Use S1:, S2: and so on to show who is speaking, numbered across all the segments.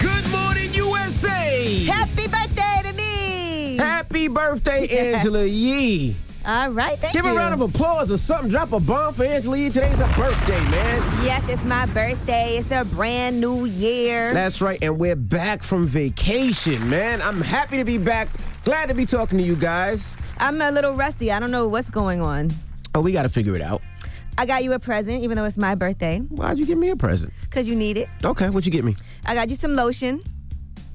S1: Good morning, USA!
S2: Happy birthday to me.
S1: Happy birthday, Angela Yee!
S2: All right, thank
S1: Give
S2: you.
S1: a round of applause or something. Drop a bomb for Angela Yee. Today's her birthday, man.
S2: Yes, it's my birthday. It's a brand new year.
S1: That's right, and we're back from vacation, man. I'm happy to be back. Glad to be talking to you guys.
S2: I'm a little rusty. I don't know what's going on.
S1: Oh, we got to figure it out.
S2: I got you a present, even though it's my birthday,
S1: Why'd you give me a present?
S2: because you need it.
S1: Okay, what'd you get me?
S2: I got you some lotion.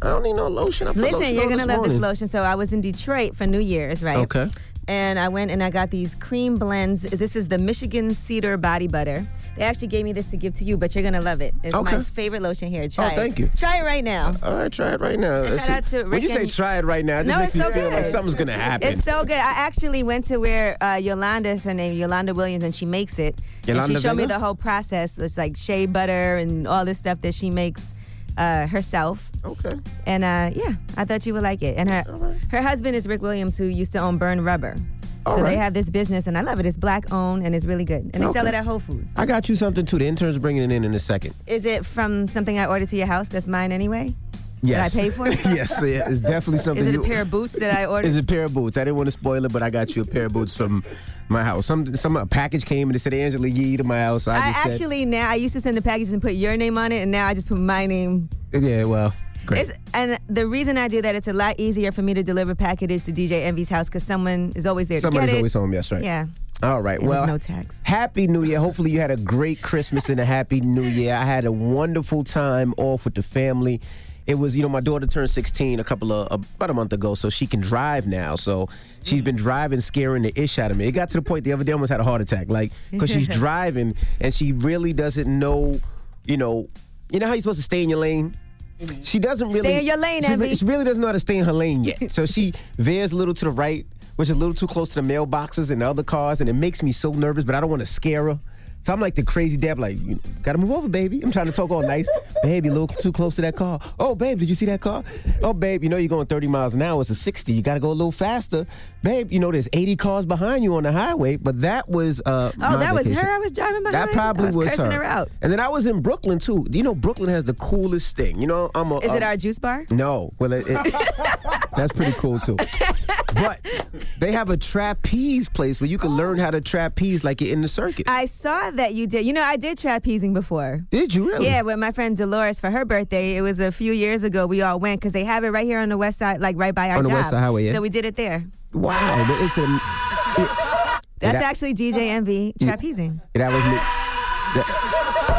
S1: I don't need no lotion. I put
S2: Listen,
S1: lotion
S2: you're
S1: on
S2: gonna
S1: this
S2: love
S1: morning.
S2: this lotion. So I was in Detroit for New Year's, right?
S1: Okay.
S2: And I went and I got these cream blends. This is the Michigan Cedar Body Butter. They actually gave me this to give to you, but you're gonna love it. It's
S1: Okay. Oh,
S2: my favorite lotion here. Try it.
S1: thank you.
S2: Try it right now.
S1: All right, try it right now.
S2: And
S1: Let's
S2: shout
S1: see.
S2: out to
S1: when
S2: Rick
S1: you say
S2: and-
S1: try it right now, it just
S2: No,
S1: makes
S2: it's
S1: me
S2: so
S1: feel like
S2: good.
S1: something's gonna happen.
S2: It's so good. I actually went to where uh, Yolanda is her name, Yolanda Williams, and she makes it. and
S1: Yolanda
S2: she showed me
S1: Villa?
S2: the whole process. It's like shea butter and all this stuff that she makes uh, herself.
S1: okay.
S2: And uh, yeah, I thought you would like it. And her
S1: right.
S2: her husband is Rick Williams, who used to own Burn Rubber.
S1: All
S2: so
S1: right.
S2: they have this business, and I love it. It's black owned, and it's really good. And they sell
S1: Okay.
S2: it at Whole Foods.
S1: I got you something too. The intern's bringing it in in a second.
S2: Is it from something I ordered to your house? That's mine anyway.
S1: Yes.
S2: I pay for it?
S1: yes, yeah, it's definitely something.
S2: Is it a
S1: you-
S2: pair of boots that I ordered?
S1: It's a pair of boots. I didn't want to spoil it, but I got you a pair of boots from my house. Some some a package came and it said Angela Yee to my house. So I,
S2: I
S1: just
S2: actually now I used to send the packages and put your name on it, and now I just put my name
S1: said, yeah, well, great.
S2: It's, and the reason I do that, it's a lot easier for me to deliver packages to DJ Envy's house because someone is always there
S1: Somebody's
S2: to get it.
S1: always home. Yes, right.
S2: Yeah.
S1: All right.
S2: It was
S1: well,
S2: no tax.
S1: Happy New Year. Hopefully, you had a great Christmas and a happy New Year. I had a wonderful time off with the family. It was, you know, my daughter turned 16 a couple of about a month ago, so she can drive now. So she's been driving, scaring the ish out of me. It got to the point the other day I almost had a heart attack, like because she's driving and she really doesn't know, you know, you know how you're supposed to stay in your lane. She doesn't really
S2: Mm-hmm. in your lane,
S1: she, re-
S2: Abby.
S1: she really doesn't know how to stay in her lane yet. So she veers a little to the right, which is a little too close to the mailboxes and the other cars, and it makes me so nervous. But I don't want to scare her. So I'm like the crazy dad, like, you gotta move over, baby. I'm trying to talk all nice. baby, a little too close to that car. Oh, babe, did you see that car? Oh, babe, you know you're going 30 miles an hour. It's a 60. You gotta go a little faster. Babe, you know there's 80 cars behind you on the highway. But that was. Uh,
S2: Oh,
S1: my
S2: that was
S1: vacation.
S2: her. I was driving by.
S1: That probably
S2: I was, cursing
S1: her.
S2: her out.
S1: And then I was in Brooklyn too. You know, Brooklyn has the coolest thing. You know, I'm a.
S2: Is
S1: um,
S2: it our juice bar?
S1: No, well, it, it, that's pretty cool too. But they have a trapeze place where you can learn how to trapeze like you're in the circus.
S2: I saw that you did. You know, I did trapezing before.
S1: Did you really?
S2: Yeah, with my friend Dolores for her birthday. It was a few years ago. We all went because they have it right here on the west side, like right by our
S1: On the
S2: job.
S1: West Side Highway, yeah.
S2: So we did it there.
S1: Wow, but it's a.
S2: That's
S1: That-
S2: actually DJ Envy trapezing.
S1: That was me. That,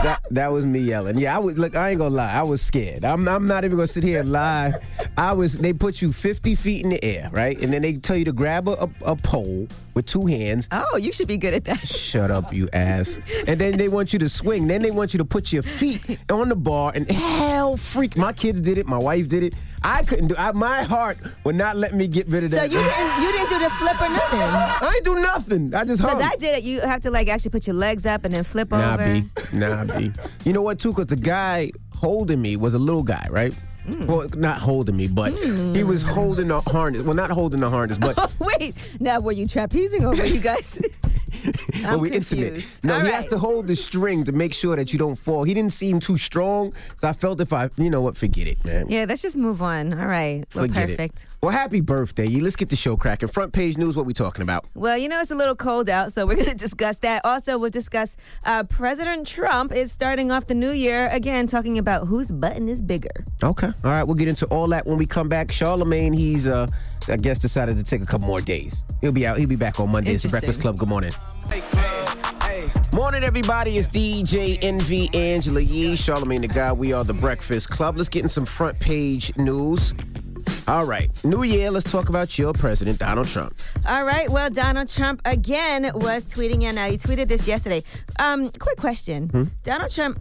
S1: that, that was me yelling. Yeah, I was look. I ain't gonna lie. I was scared. I'm, I'm not even gonna sit here and lie. I was. They put you 50 feet in the air, right? And then they tell you to grab a, a, a pole with two hands.
S2: Oh, you should be good at that.
S1: Shut up, you ass. And then they want you to swing. Then they want you to put your feet on the bar and hell freak. My kids did it. My wife did it. I couldn't do I, My heart would not let me get rid of
S2: So
S1: that.
S2: you didn't you didn't do the flip or nothing.
S1: I ain't do nothing. I just hung.
S2: Because I did it. You have to like actually put your legs up and then flip
S1: Nah,
S2: over.
S1: B. Nah, B. You know what, too? Because the guy holding me was a little guy, right?
S2: Hmm.
S1: Well, not holding me, but he was holding the harness. Well, not holding the harness, but
S2: Wait, now were you trapezing or were you guys?
S1: but
S2: I'm
S1: we're intimate.
S2: confused.
S1: No,
S2: All
S1: he
S2: right.
S1: has to hold the string to make sure that you don't fall. He didn't seem too strong, so I felt if I, you know what, forget it, man.
S2: yeah, let's just move on. All right. Well,
S1: Forget
S2: perfect.
S1: it. Well, happy birthday. Yee. Let's get the show cracking. Front page news, what we talking about?
S2: Well, you know, it's a little cold out, so we're going to discuss that. Also, we'll discuss uh, President Trump is starting off the new year again talking about whose button is bigger.
S1: Okay. All right, we'll get into all that when we come back. Charlemagne, he's uh I guess decided to take a couple more days. He'll be out, he'll be back on Monday. It's the
S2: Interesting.
S1: Breakfast Club. Good morning. Morning, everybody. It's DJ NV Angela Yee, Charlemagne the Guy. We are the Breakfast Club. Let's get in some front page news. All right, New Year. Let's talk about your president, Donald Trump.
S2: All right. Well, Donald Trump again was tweeting, and uh, he tweeted this yesterday. Um, quick question Donald Trump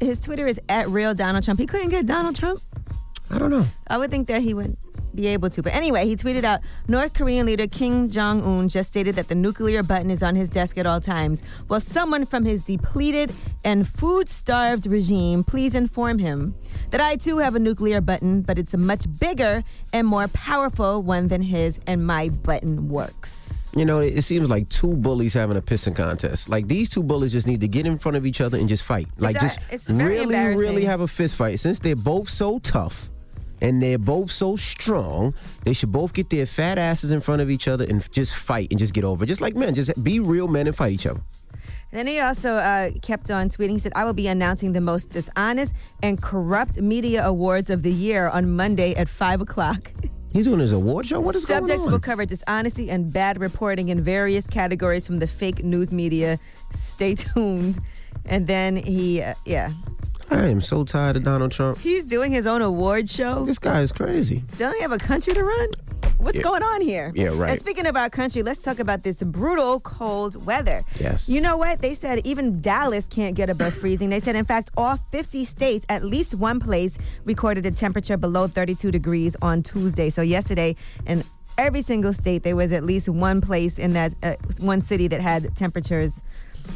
S2: his Twitter is at real Donald Trump. He couldn't get Donald Trump.
S1: I don't know.
S2: I would think that he would be able to. But anyway, he tweeted out North Korean leader Kim Jong un just stated that the nuclear button is on his desk at all times. Will someone from his depleted and food starved regime please inform him that I too have a nuclear button, but it's a much bigger and more powerful one than his, and my button works.
S1: You know, it seems like two bullies having a pissing contest. Like these two bullies just need to get in front of each other and just fight. Like
S2: that-
S1: just
S2: it's very
S1: really, really
S2: embarrassing.
S1: have a fist fight. Since they're both so tough and they're both so strong, they should both get their fat asses in front of each other and just fight and just get over. it. Just like men, just be real men and fight each other.
S2: And then he also uh, kept on tweeting. He said, I will be announcing the most dishonest and corrupt media awards of the year on Monday at 5 o'clock.
S1: He's doing his award show. What is
S2: Subjects
S1: going
S2: will
S1: on?
S2: cover dishonesty and bad reporting in various categories from the fake news media. Stay tuned. And then he, uh, yeah,
S1: I am so tired of Donald Trump.
S2: he's doing his own award show.
S1: This guy is crazy.
S2: Don't we have a country to run? What's going on here?
S1: Yeah, right.
S2: And speaking of our country, let's talk about this brutal cold weather.
S1: Yes.
S2: You know what? They said even Dallas can't get above freezing. They said, in fact, all 50 states, at least one place, recorded a temperature below 32 degrees on Tuesday. So yesterday, in every single state, there was at least one place in that uh, one city that had temperatures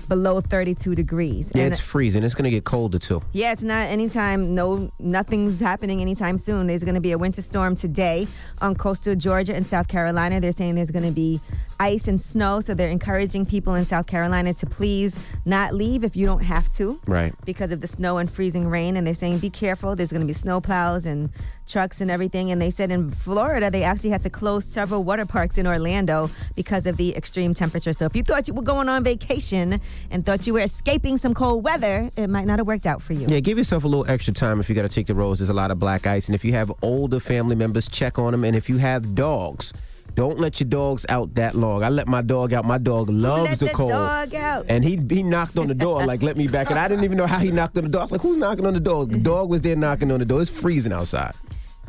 S2: below 32 degrees.
S1: Yeah,
S2: And-
S1: it's freezing. It's gonna get colder too.
S2: yeah, it's not anytime. No, nothing's happening anytime soon. There's going to be a winter storm today on coastal Georgia and South Carolina. They're saying there's going to be ice and snow, so they're encouraging people in South Carolina to please not leave if you don't have to.
S1: Right.
S2: Because of the snow and freezing rain, and they're saying be careful. There's going to be snow plows and trucks and everything. And they said in Florida they actually had to close several water parks in Orlando because of the extreme temperature. So if you thought you were going on vacation and thought you were escaping some cold weather, it might not have worked out for you.
S1: Yeah, give yourself a little extra time if you got to take the roads. There's a lot of black ice, and if you have older family members, check on them. And if you have dogs, don't let your dogs out that long. I let my dog out. My dog loves
S2: let
S1: the
S2: the
S1: cold.
S2: dog out?
S1: And he he knocked on the door like, let me back. And I didn't even know how he knocked on the door. I was like, who's knocking on the door? The dog was there knocking on the door. It's freezing outside.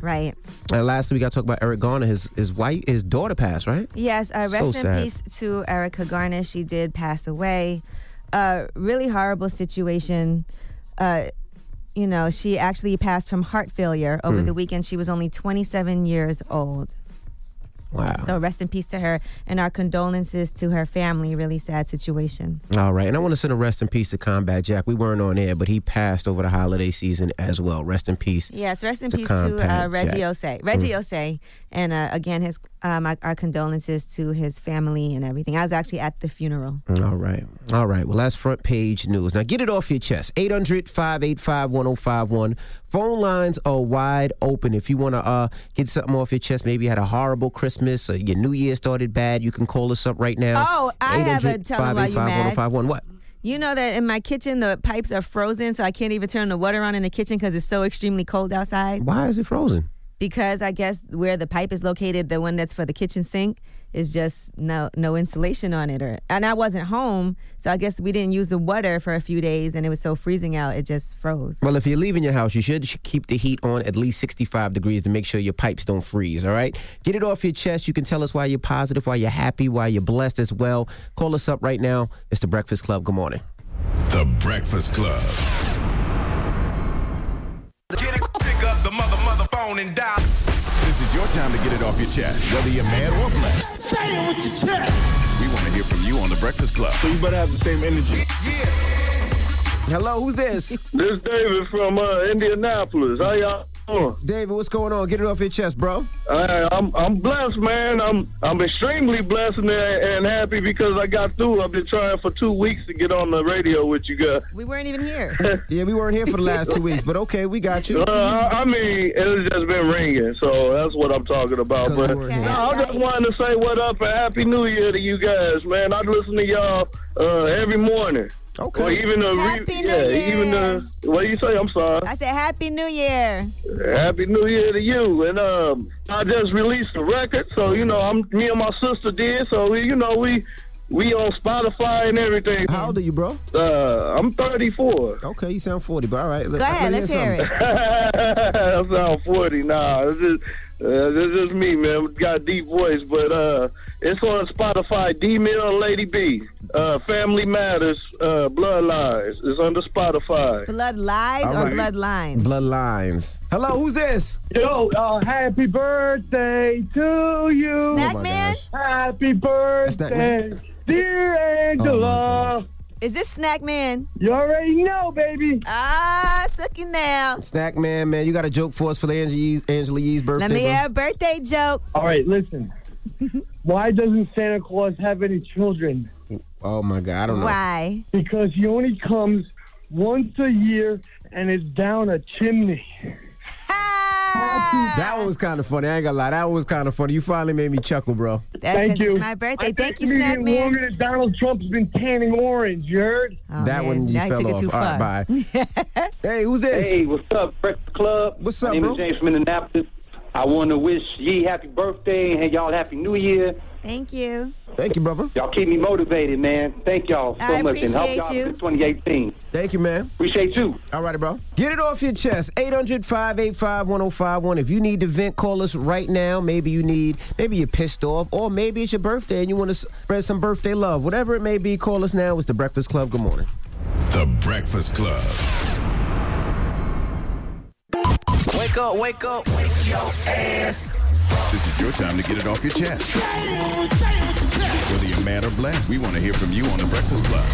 S2: Right.
S1: And lastly, we got to talk about Eric Garner. His his wife, his daughter passed, right?
S2: Yes. Uh,
S1: So
S2: rest in
S1: sad.
S2: peace to Erica Garner. She did pass away. Uh, really horrible situation. Uh, you know, she actually passed from heart failure over
S1: Hmm.
S2: the weekend. She was only 27 years old.
S1: Wow.
S2: So rest in peace to her and our condolences to her family. Really sad situation.
S1: All right, and I want to send a rest in peace to Combat Jack. We weren't on air, but he passed over the holiday season as well. Rest in peace.
S2: Yes, rest in
S1: To
S2: peace to uh,
S1: Compact Mm.
S2: Reggie
S1: Jack.
S2: Osei. Reggie Osei, and uh, again, his um, our- our condolences to his family and everything. I was actually at the funeral.
S1: Mm. All right. All right. Well, that's front page news. Now get it off your chest. 800 585 1051. Phone lines are wide open. If you want to uh, get something off your chest, maybe you had a horrible Christmas or your New Year started bad, you can call us up right now.
S2: Oh, I have a
S1: 800-585-1051.
S2: telling why you mad.
S1: What?
S2: You know that in my kitchen the pipes are frozen, so I can't even turn the water on in the kitchen because it's so extremely cold outside.
S1: Why is it frozen?
S2: Because I guess where the pipe is located, the one that's for the kitchen sink, is just no no insulation on it. Or and I wasn't home, so I guess we didn't use the water for a few days, and it was so freezing out, it just froze.
S1: Well, if you're leaving your house, you should sh- keep the heat on at least 65 degrees to make sure your pipes don't freeze, all right? Get it off your chest. You can tell us why you're positive, why you're happy, why you're blessed as well. Call us up right now. It's the Breakfast Club. Good morning.
S3: The Breakfast Club.
S4: Get it, pick up the mother, mother phone and dial.
S3: This is your time to get it off your chest, whether you're mad or blessed. Say it with your chest. We want to hear from you on The Breakfast Club.
S5: You better have the same energy.
S1: Hello, who's this?
S5: This David from uh, Indianapolis. How y'all doing?
S1: David, what's going on? Get it off your chest, bro.
S5: I, I'm I'm blessed, man. I'm I'm extremely blessed and, and happy because I got through. I've been trying for two weeks to get on the radio with you guys.
S2: We weren't even here.
S1: Yeah, we weren't here for the last two weeks, but okay, we got you.
S5: Uh, I, I mean, it's just been ringing, so that's what I'm talking about. But
S1: Okay.
S5: no, I just wanted to say what up and happy New Year to you guys, man. I listen to y'all uh, every morning. Or
S1: Okay.
S5: even the
S2: Happy New
S5: yeah,
S2: Year.
S5: even the what do you say? I'm sorry.
S2: I said, Happy New Year.
S5: Happy New Year to you. And um, I just released a record, so you know, I'm me and my sister did. So we, you know, we we on Spotify and everything.
S1: How old are you, bro?
S5: Uh, I'm 34.
S1: Okay, you sound 40, but all right.
S2: Go ahead, let's hear it.
S5: I sound 40 now. Nah, it's just- Uh, this is me, man. We Got a deep voice, but uh, it's on Spotify. D Mill and Lady B, uh, Family Matters, uh, Bloodlines. It's under Spotify.
S2: Blood lies
S1: All
S2: or
S1: right.
S2: blood lines?
S1: Bloodlines. Hello, who's this?
S5: Yo, uh, happy birthday to you.
S2: Snack
S1: my
S2: man?
S1: gosh.
S5: Happy
S1: not Oh,
S5: birthday,
S1: me.
S5: dear Angela.
S2: Is this snack man?
S5: you already know, baby.
S2: Ah, sucking now.
S1: Snack man, man, you got a joke for us for Angela Yee's, Angela Yee's birthday?
S2: Let me
S1: bro?
S2: have a birthday joke.
S5: All right, listen. Why doesn't Santa Claus have any children?
S1: Oh my god, I don't know.
S2: Why?
S5: Because he only comes once a year and it's down a chimney.
S2: Ah,
S1: That one was kind of funny. I ain't gonna lie, that one was kind of funny. You finally made me chuckle, bro.
S2: That's 'cause It's my birthday. Thank you, snack man.
S5: than Donald Trump's been tanning orange, you heard?
S2: Oh,
S1: that
S2: man,
S1: one you
S2: now
S1: fell
S2: took
S1: off.
S2: it too
S1: All
S2: far.
S1: right, bye. hey, who's this?
S6: Hey, what's up, Breakfast Club?
S1: What's
S6: My
S1: up,
S6: name
S1: bro?
S6: is James from Indianapolis. I want to wish ye happy birthday and y'all happy New Year.
S2: Thank you.
S1: Thank you, brother.
S6: Y'all keep me motivated, man. Thank y'all so
S2: I
S6: much and help
S2: appreciate
S6: y'all
S2: you.
S6: for 2018.
S1: Thank you, man.
S6: Appreciate you.
S1: All righty, bro. Get it off your chest. 800 585 1051. If you need to vent, call us right now. Maybe you need, maybe you're pissed off, or maybe it's your birthday and you want to spread some birthday love. Whatever it may be, call us now. It's The Breakfast Club. Good morning.
S3: The Breakfast Club.
S4: Wake up, wake up.
S3: This is your time to get it off your chest. Whether you're mad or blessed, we want to hear from you on The Breakfast Club.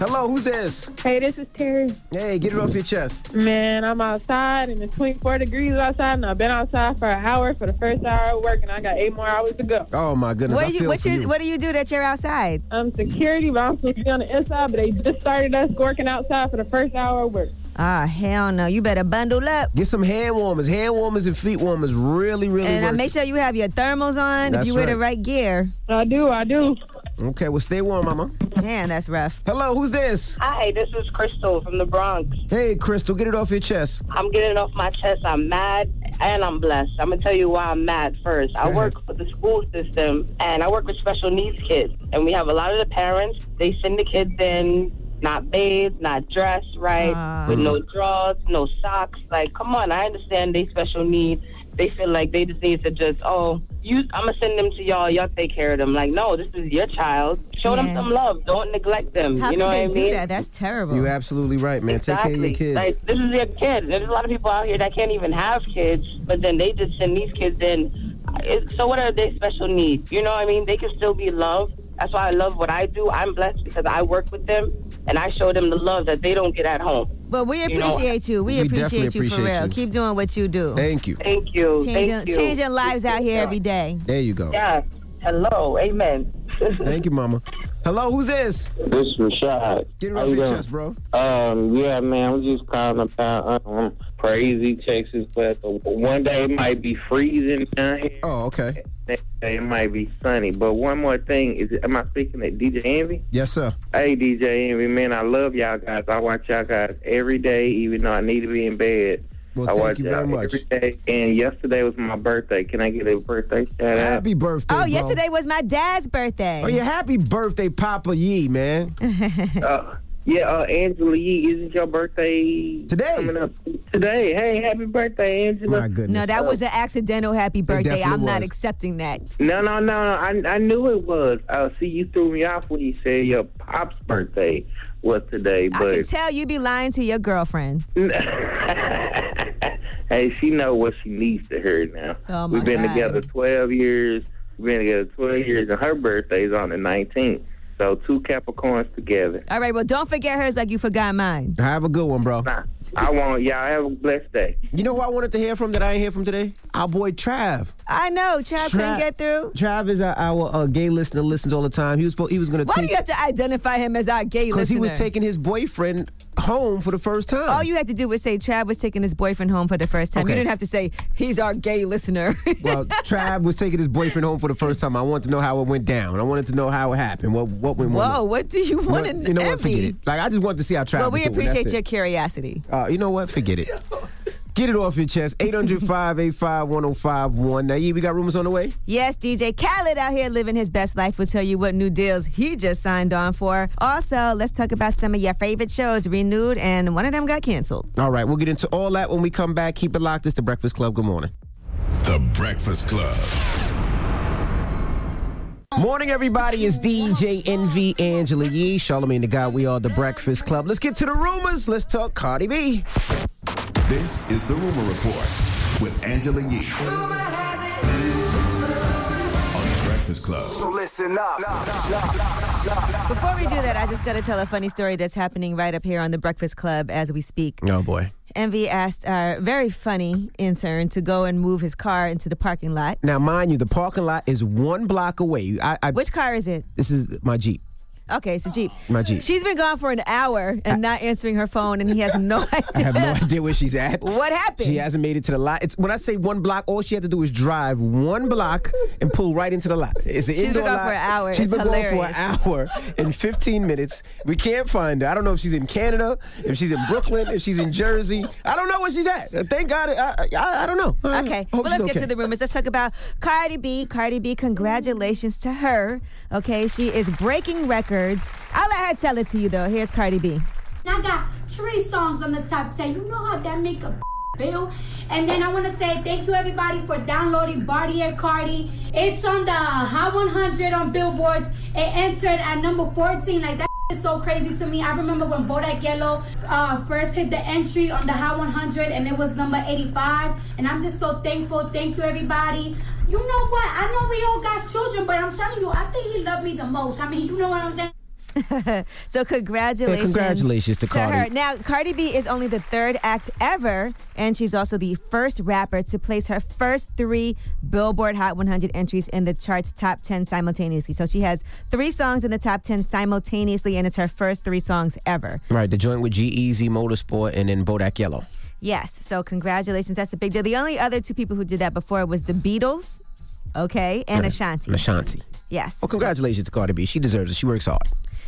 S1: Hello, who's this?
S7: Hey, this is Terry.
S1: Hey, get it off your chest.
S7: Man, I'm outside and it's 24 degrees outside, and I've been outside for an hour for the first hour of work, and I got eight more hours to go.
S1: Oh, my goodness.
S2: What
S1: I
S2: do you
S1: feel
S2: what
S1: for
S2: you,
S1: you.
S2: what do you do that you're outside?
S7: I'm Um, security, but I'm supposed to be on the inside, but they just started us working outside for the first hour of work.
S2: Ah, hell no. You better bundle up.
S1: Get some hand warmers. Hand warmers and feet warmers really, really
S2: And uh,
S1: work.
S2: make sure you have your thermals on
S1: That's
S2: if you wear the
S1: right.
S2: right gear.
S7: I do, I do.
S1: okay, well, stay warm, mama.
S2: Damn, that's rough.
S1: Hello, who's this?
S8: Hi, this is Crystal from the Bronx.
S1: Hey, Crystal, get it off your chest.
S8: I'm getting off my chest. I'm mad and I'm blessed. I'm going to tell you why I'm mad first. I
S1: ahead.
S8: work for the school system and I work with special needs kids. And we have a lot of the parents, they send the kids in not bathed, not dressed right,
S2: Ah.
S8: with no drawers, no socks. Like, come on, I understand they special need. They feel like they just need to just, oh, you, I'm going to send them to y'all. Y'all take care of them. Like, no, this is your child. Show
S2: Yeah.
S8: them some love. Don't neglect them.
S2: How
S8: you know
S2: can
S8: what
S2: they
S8: I mean?
S2: do that? That's terrible.
S1: You're absolutely right, man. Take care of your kids.
S8: Like this is their kid. There's a lot of people out here that can't even have kids, but then they just send these kids in. It, so what are their special needs? You know what I mean? They can still be loved. That's why I love what I do. I'm blessed because I work with them and I show them the love that they don't get at home.
S2: but we
S8: you know,
S2: appreciate you.
S1: we
S2: We,
S1: definitely
S2: appreciate you for
S1: appreciate
S2: real.
S1: you.
S2: Keep doing what you do.
S1: Thank you.
S8: Thank you.
S2: Changing,
S8: Thank you.
S2: changing lives out here every day.
S1: There you go.
S8: Yeah. Hello. Amen.
S1: Thank you, mama. Hello, who's this?
S6: This is Rashad.
S1: Get it off your chest, bro.
S6: Um, yeah, man, I'm just calling about um, crazy Texas weather. One day it might be freezing down here.
S1: Oh, okay.
S6: Next day it might be sunny. But one more thing is, am I speaking to DJ Envy?
S1: Yes, sir.
S6: Hey, DJ Envy, man, I love y'all guys. I watch y'all guys every day, even though I need to be in bed.
S1: Well,
S6: I
S1: thank
S6: watch
S1: you
S6: y'all
S1: very much.
S6: every day. And yesterday was my birthday. Can I get a birthday shout out?
S1: Happy birthday.
S2: Oh,
S1: bro.
S2: yesterday was my dad's birthday.
S1: Oh, yeah, happy birthday, Papa Yee, man.
S6: Uh, yeah, uh, Angela Yee, isn't your birthday
S1: Today.
S6: coming up today? Hey, happy birthday, Angela!
S1: My goodness.
S2: No, that was an accidental happy birthday.
S1: definitely
S2: I'm not
S1: was.
S2: accepting that.
S6: No, no, no. I I knew it was. Uh, see, you threw me off when you said your pop's birthday was today,
S2: I can
S6: but
S2: tell you be lying to your girlfriend.
S6: hey, she know what she needs to hear now.
S2: Oh, my
S6: We've been
S2: God.
S6: together twelve years. We've been together twelve years, and her birthday's on the nineteenth. So two Capricorns together.
S2: All right, well, don't forget hers like you forgot mine.
S1: Have a good one, bro.
S6: Nah, I want y'all have a blessed day.
S1: You know who I wanted to hear from that I ain't hear from today? Our boy Trav.
S2: I know, Chad couldn't
S1: Tra-
S2: get through.
S1: Trav is our, our uh, gay listener, listens all the time. He was supposed- he was gonna
S2: Why do
S1: take
S2: you have to identify him as our gay listener?
S1: because he was taking his boyfriend home for the first time.
S2: All you had to do was say Trav was taking his boyfriend home for the first time. You
S1: Okay.
S2: didn't have to say he's our gay listener.
S1: Well, Trav was taking his boyfriend home for the first time. I wanted to know how it went down. I wanted to know how it happened. What what went
S2: Whoa,
S1: wrong.
S2: what do you want in
S1: You know what? Forget
S2: envy?
S1: it. Like I just wanted to see how Trav.
S2: Well, we
S1: was doing. That's
S2: appreciate
S1: it.
S2: your curiosity.
S1: Uh, you know what? Forget it. Get it off your chest. 800 585 1051. Now, yeah, we got rumors on the way.
S2: Yes, DJ Khaled out here living his best life. We'll tell you what new deals he just signed on for. Also, let's talk about some of your favorite shows renewed, and one of them got canceled.
S1: All right, we'll get into all that when we come back. Keep it locked. It's the Breakfast Club. Good morning.
S3: The Breakfast Club.
S1: Morning, everybody. It's DJ NV Angela Yee, Charlemagne the Guy. We are the Breakfast Club. Let's get to the rumors. Let's talk Cardi B.
S3: This is the Rumor Report with Angela Yee. On the Breakfast Club.
S4: Listen up.
S2: Before we do that, I just got to tell a funny story that's happening right up here on the Breakfast Club as we speak.
S1: Oh, boy.
S2: Envy asked our very funny intern to go and move his car into the parking lot.
S1: Now, mind you, the parking lot is one block away. I, I,
S2: Which car is it?
S1: This is my Jeep.
S2: Okay, it's a Jeep.
S1: My Jeep.
S2: She's been gone for an hour and not answering her phone, and he has no idea.
S1: I have no idea where she's at.
S2: What happened?
S1: She hasn't made it to the lot. It's when I say one block, all she had to do is drive one block and pull right into the lot. It's an
S2: She's been
S1: indoor
S2: gone
S1: lot.
S2: for an hour.
S1: She's
S2: It's
S1: been gone
S2: hilarious.
S1: for an hour and 15 minutes. We can't find her. I don't know if she's in Canada, if she's in Brooklyn, if she's in Jersey. I don't know where she's at. Thank God. I, I, I don't know. I
S2: Okay, well,
S1: hope
S2: let's
S1: Oh, she's
S2: get to the rumors. Let's talk about Cardi B. Cardi B, congratulations to her. Okay, she is breaking records. I'll let her tell it to you, though. Here's Cardi B.
S9: And I got three songs on the top 10. You know how that make a bill? And then I want to say thank you everybody for downloading Bartier Cardi. It's on the Hot 100 on Billboards. It entered at number 14. Like that is so crazy to me. I remember when Bodak Yellow uh, first hit the entry on the Hot 100 and it was number 85. And I'm just so thankful. Thank you everybody. You know what? I know we all got children, but I'm telling you, I think he loved me the most. I mean, you know what I'm saying?
S2: so congratulations.
S1: Yeah, congratulations to Cardi.
S2: her. Now, Cardi B is only the third act ever, and she's also the first rapper to place her first three Billboard Hot 100 entries in the chart's top 10 simultaneously. So she has three songs in the top 10 simultaneously, and it's her first three songs ever.
S1: Right, the joint with G Easy Motorsport and then Bodak Yellow.
S2: Yes. So congratulations. That's a big deal. The only other two people who did that before was the Beatles, okay, and Ashanti.
S1: Ashanti.
S2: Yes.
S1: Well, congratulations to Cardi B. She deserves it. She works hard.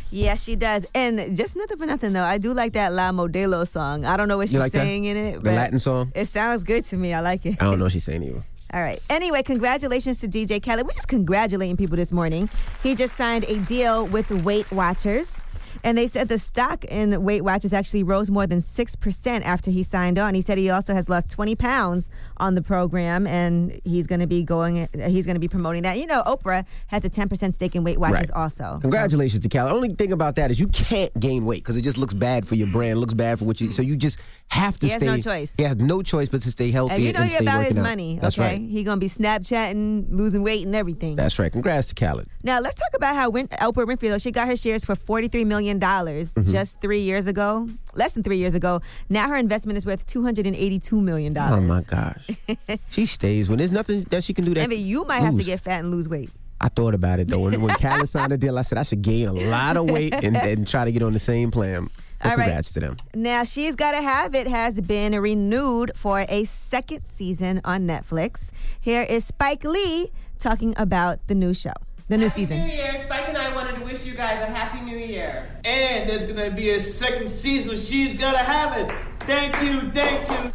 S2: Yes, she does. And just nothing for nothing though. I do like that La Modelo song. I don't know what
S1: You
S2: she's
S1: like that?
S2: saying in it.
S1: The
S2: but
S1: Latin song?
S2: It sounds good to me. I like it.
S1: I don't know what she's saying either.
S2: All right. Anyway, congratulations to DJ Khaled. We're just congratulating people this morning. He just signed a deal with Weight Watchers. And they said the stock in Weight Watchers actually rose more than 6% after he signed on. He said he also has lost 20 pounds on the program and he's going to be going he's going to be promoting that. You know, Oprah has a 10% stake in Weight Watchers
S1: Right.
S2: also.
S1: Congratulations to Cal. Only thing about that is you can't gain weight because it just looks bad for your brand, looks bad for what you. So you just have to
S2: He has
S1: stay.
S2: no choice.
S1: He has no choice but to stay healthy
S2: And
S1: and,
S2: you know you're
S1: stay
S2: about
S1: working
S2: his
S1: out.
S2: money,
S1: That's
S2: okay?
S1: right.
S2: He gonna be Snapchatting, losing weight, and everything.
S1: That's right. Congrats to Khaled.
S2: Now let's talk about how Win- Oprah Winfrey though she got her shares for forty three million dollars
S1: Mhm.
S2: just three years ago, less than three years ago. Now her investment is worth two hundred and eighty two million
S1: Oh
S2: dollars.
S1: my gosh. she stays when there's nothing that she can do. That
S2: Envy, you might have to
S1: lose.
S2: get fat and lose weight.
S1: I thought about it though. When, when Khaled signed the deal, I said I should gain a lot of weight and, and try to get on the same plan. But
S2: All right.
S1: congrats to them.
S2: Now she's gotta have it has been renewed for a second season on Netflix. Here is Spike Lee talking about the new show, the new season.
S10: New Year, Spike and I wanted to wish you guys a happy new year. And there's gonna be a second season. She's gonna have it. Thank you, thank you.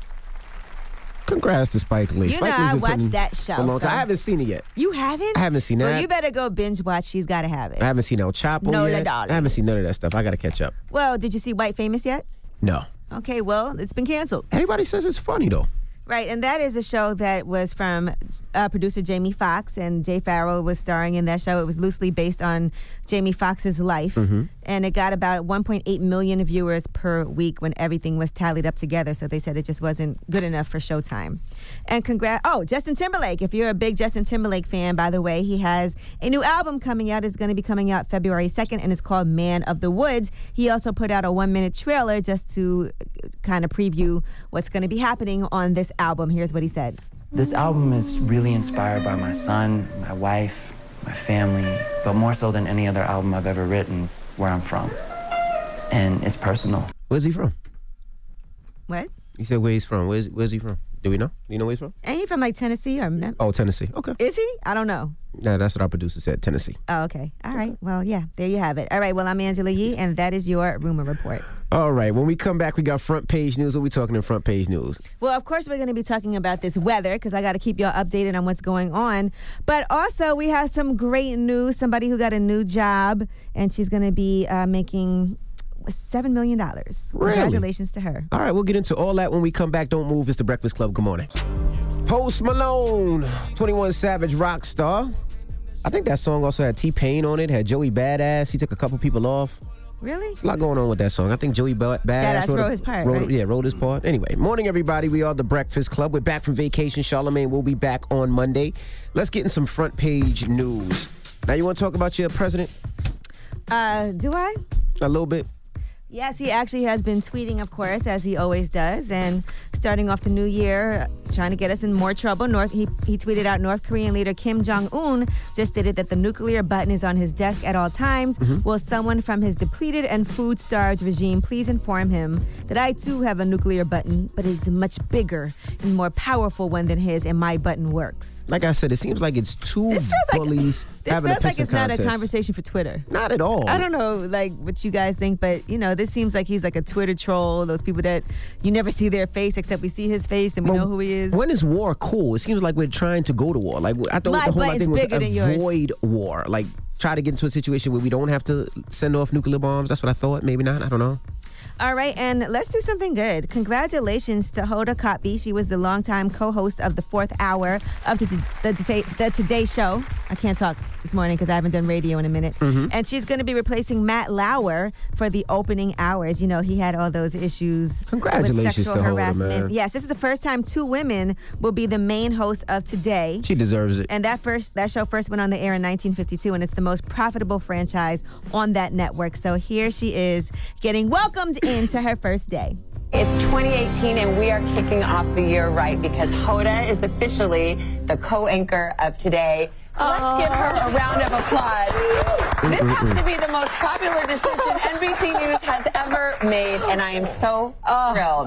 S1: Congrats to Spike Lee.
S2: You
S1: Spike
S2: know,
S1: Lee's
S2: I
S1: been
S2: watched
S1: putting
S2: that show,
S1: A long time.
S2: so-
S1: I haven't seen it yet.
S2: You haven't?
S1: I haven't seen
S2: Well,
S1: that.
S2: you better go binge watch. She's gotta have it.
S1: I haven't seen El Chapo
S2: Nola
S1: yet.
S2: Dali.
S1: I haven't seen none of that stuff. I gotta catch up.
S2: Well, did you see White Famous yet?
S1: No.
S2: Okay, well, it's been canceled.
S1: Everybody says it's funny though.
S2: Right, and that is a show that was from uh, producer Jamie Foxx, and Jay Farrell was starring in that show. It was loosely based on Jamie Foxx's life,
S1: Mm-hmm.
S11: Mhm.
S2: and it got about 1.8 million viewers per week when everything was tallied up together. So they said it just wasn't good enough for Showtime. And congrats! Oh, Justin Timberlake. If you're a big Justin Timberlake fan, by the way, he has a new album coming out. It's going to be coming out February 2nd, and it's called Man of the Woods. He also put out a one-minute trailer just to uh, kind of preview what's going to be happening on this album. Here's what he said.
S12: This album is really inspired by my son, my wife, my family, but more so than any other album I've ever written, where I'm from. And it's personal.
S1: Where's he from?
S2: What?
S1: He said where he's from. Where's where's he from? Do we know? Do you know where he's from?
S2: Ain't he from like Tennessee or Mem-
S1: Oh, Tennessee. Okay.
S2: Is he? I don't know.
S1: Yeah, that's what our producer said. Tennessee.
S2: Oh, okay. All right. Well, yeah, there you have it. All right. Well, I'm Angela Yee, and that is your rumor report.
S1: All right. When we come back, we got front page news. What we talking in front page news?
S2: Well, of course, we're going to be talking about this weather because I got to keep y'all updated on what's going on. But also, we have some great news. Somebody who got a new job, and she's going to be uh, making was $7 million.
S1: Really?
S2: Congratulations to her.
S1: All right, we'll get into all that when we come back. Don't move. It's the Breakfast Club. Good morning. Post Malone, 21 Savage rock star. I think that song also had T Pain on it, had Joey Badass. He took a couple people off.
S2: Really?
S1: There's a lot going on with that song. I think Joey ba- Badass,
S2: Badass wrote his part,
S1: wrote-
S2: right?
S1: Yeah, wrote his part. Anyway, morning, everybody. We are the Breakfast Club. We're back from vacation. Charlemagne will be back on Monday. Let's get in some front page news. Now, you want to talk about your president
S2: Uh, do I?
S1: a little bit?
S2: Yes, he actually has been tweeting, of course, as he always does, and starting off the new year, trying to get us in more trouble. North, he, he tweeted out North Korean leader Kim Jong Un just stated that the nuclear button is on his desk at all times.
S11: Mhm.
S2: Will someone from his depleted and food starved regime please inform him that I too have a nuclear button, but it's a much bigger and more powerful one than his, and my button works.
S1: Like I said, it seems like it's two bullies
S2: This
S1: having
S2: feels
S1: a
S2: like
S1: pissing
S2: it's
S1: contest.
S2: not a conversation for Twitter.
S1: Not at all.
S2: I don't know, like what you guys think, but you know, this seems like he's like a Twitter troll. Those people that you never see their face except we see his face and we know who he is.
S1: When is war cool? It seems like we're trying to go to war. Like I thought
S2: My
S1: the whole
S2: button's
S1: thing was
S2: bigger than yours.
S1: avoid war. Like try to get into a situation where we don't have to send off nuclear bombs. That's what I thought. Maybe not. I don't know.
S2: All right, and let's do something good. Congratulations to Hoda Kotb. She was the longtime co-host of the fourth hour of the, the, Today- the Today Show. I can't talk this morning because I haven't done radio in a minute.
S1: Mm-hmm.
S11: Mhm.
S2: And she's going to be replacing Matt Lauer for the opening hours. You know, he had all those issues with
S1: Congratulations
S2: sexual
S1: to Hoda,
S2: harassment.
S1: man.
S2: Yes, this is the first time two women will be the main host of Today.
S1: She deserves it.
S2: And that first that show first went on the air in 1952, and it's the most profitable franchise on that network. So here she is getting welcomed into her first day.
S13: It's 2018 and we are kicking off the year right because Hoda is officially the co-anchor of today. Let's give her a round of applause. This has to be the most popular decision NBC News has ever made and I am so thrilled.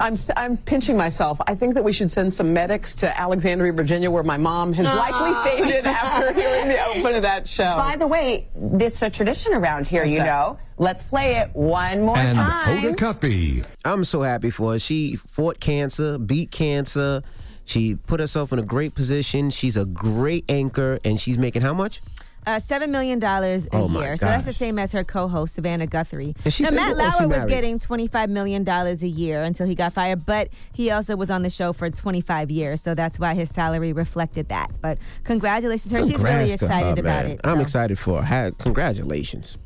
S14: Oh, I'm, s- I'm pinching myself. I think that we should send some medics to Alexandria, Virginia, where my mom has likely faded after hearing the open of that show.
S13: Ah. By the way, this is a tradition around here, you know. Let's play it one more time.
S1: Cuppy. I'm so happy for her. She fought cancer, beat cancer. She put herself in a great position. She's a great anchor, and she's making how much?
S2: Uh, Seven million dollars a
S1: Oh, my
S2: year, so that's the
S1: gosh.
S2: same as her co-host Savannah Guthrie.
S1: And she's
S2: Now, Matt
S1: single or she
S2: Lauer was
S1: married?
S2: getting twenty-five million dollars a year until he got fired, but he also was on the show for twenty-five years, so that's why his salary reflected that. But congratulations to her; she's really
S1: Congrats to her,
S2: excited about
S1: man.
S2: it.
S1: I'm excited for her. Ha- Congratulations.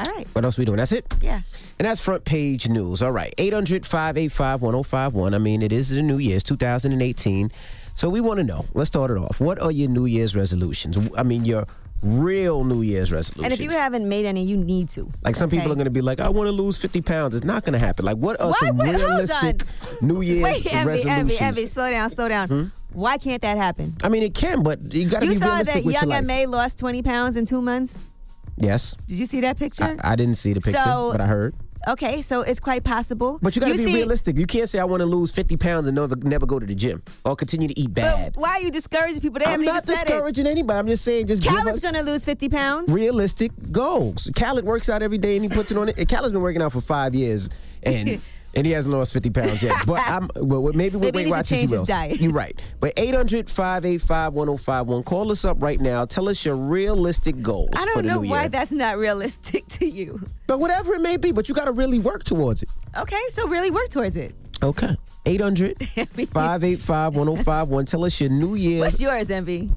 S2: All right,
S1: What else we doing? That's it?
S2: yeah.
S1: And that's front page news. All right. 800 585 1051. I mean, it is the new year, it's 2018. So we want to know. Let's start it off. What are your New Year's resolutions? I mean, your real New Year's resolutions.
S2: And if you haven't made any, you need to.
S1: like some people
S2: okay?
S1: are going to be like, I want to lose 50 pounds. It's not going to happen. Like, what are
S2: Why
S1: some
S2: would- hold
S1: realistic New Year's
S2: Wait, Evie, Evie,
S1: resolutions?
S2: Evie, slow down, slow down.
S1: Hmm?
S2: Why can't that happen?
S1: I mean, it can, but you got to
S2: You
S1: be
S2: saw
S1: realistic
S2: that
S1: with your
S2: Young
S1: life.
S2: and May lost 20 pounds in two months?
S1: yes.
S2: Did you see that picture?
S1: I didn't see the picture,
S2: So-
S1: but I heard.
S2: okay, so it's quite possible.
S1: But you got to be
S2: see-
S1: realistic. You can't say I want to lose 50 pounds and never, never go to the gym or continue to eat bad.
S2: Why are you discouraging people? They
S1: I'm
S2: haven't
S1: not
S2: even said
S1: discouraging anybody. I'm just saying, just give
S2: Khaled's
S1: us-
S2: gonna lose 50 pounds.
S1: realistic goals. Khaled works out every day and he puts it on it. Khaled's been working out for five years and and he hasn't lost 50 pounds yet. But I'm well, well, maybe with
S2: Maybe he
S1: Weight
S2: needs to
S1: Watchers he
S2: change his
S1: will.
S2: diet.
S1: You're right. But 800 585 1051. Call us up right now. Tell us your realistic goals
S2: I
S1: for
S2: don't
S1: the
S2: know
S1: new
S2: why
S1: year.
S2: that's not realistic to you.
S1: But whatever it may be, but you got to really work towards it.
S2: Okay, so really work towards it.
S1: Okay. 800 585 1051. Tell us your new year's.
S2: What's yours, Envy?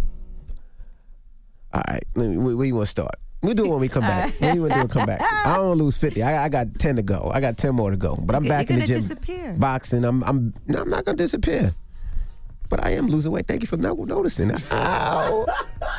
S1: All right, let me- where, where you want to start? We'll do it when we come back. When you want to do it, come back. I don't want to lose 50. I, I got 10 to go. I got 10 more to go. But I'm
S2: You're
S1: back in the
S2: gonna
S1: gym.
S2: disappear.
S1: Boxing. I'm, I'm, no, I'm not going to disappear. But I am losing weight. Thank you for not noticing. Ow.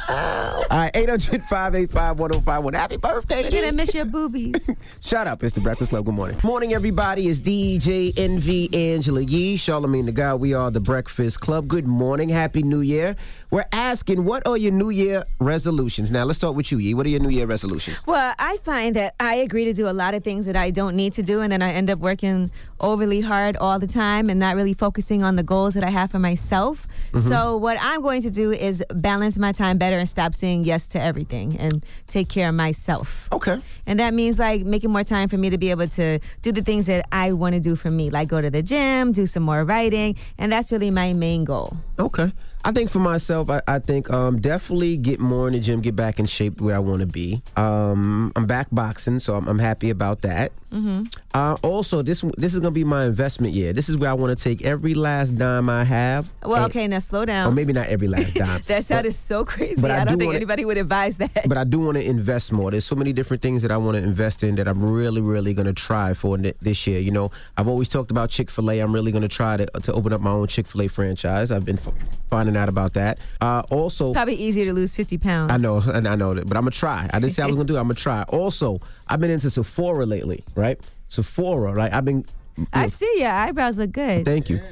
S1: Ow. All right, 800 585 1051. Happy birthday.
S2: You're gonna miss your boobies.
S1: Shut up. It's the Breakfast Club. Good morning. Morning, everybody. It's DJ NV Angela Yee, Charlemagne the Guy. We are the Breakfast Club. Good morning. Happy New Year. We're asking, what are your New Year resolutions? Now, let's start with you, Yee. What are your New Year resolutions?
S2: Well, I find that I agree to do a lot of things that I don't need to do, and then I end up working overly hard all the time and not really focusing on the goals that I have for
S1: Mm-hmm.
S2: myself.
S11: Mhm.
S2: So, what I'm going to do is balance my time better and stop saying yes to everything and take care of myself.
S1: Okay.
S2: And that means like making more time for me to be able to do the things that I want to do for me, like go to the gym, do some more writing, and that's really my main goal.
S1: Okay. I think for myself, I, I think um, definitely get more in the gym, get back in shape where I want to be. Um, I'm back boxing, so I'm, I'm happy about that.
S11: Mm-hmm.
S1: Uh, also, this this is gonna be my investment year. This is where I want to take every last dime I have.
S2: Well,
S1: and-
S2: okay, now slow down.
S1: Or maybe not every last dime.
S2: that sound is so crazy.
S1: but I
S2: I, don't
S1: do
S2: think
S1: wanna-
S2: anybody would advise that.
S1: but I do want to invest more. There's so many different things that I want to invest in that I'm really, really going to try for n- this year. You know, I've always talked about Chick Fil A. I'm really going to try to to open up my own Chick Fil A franchise. I've been f- finding out about that. Uh, also,
S2: It's probably easier to lose 50 pounds.
S1: I know, and I know that, but I'm gonna try. I didn't say I was gonna do. it. I'm gonna try. Also, I've been into Sephora lately, right? Sephora, right? I've been. mm,
S2: I see your eyebrows look good.
S1: Thank you.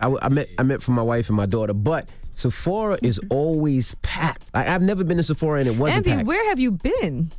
S1: I, w- I meant I meant for my wife and my daughter, but Sephora is always packed. Like I've never been to Sephora and it wasn't
S2: Envy,
S1: packed.
S2: where have you been?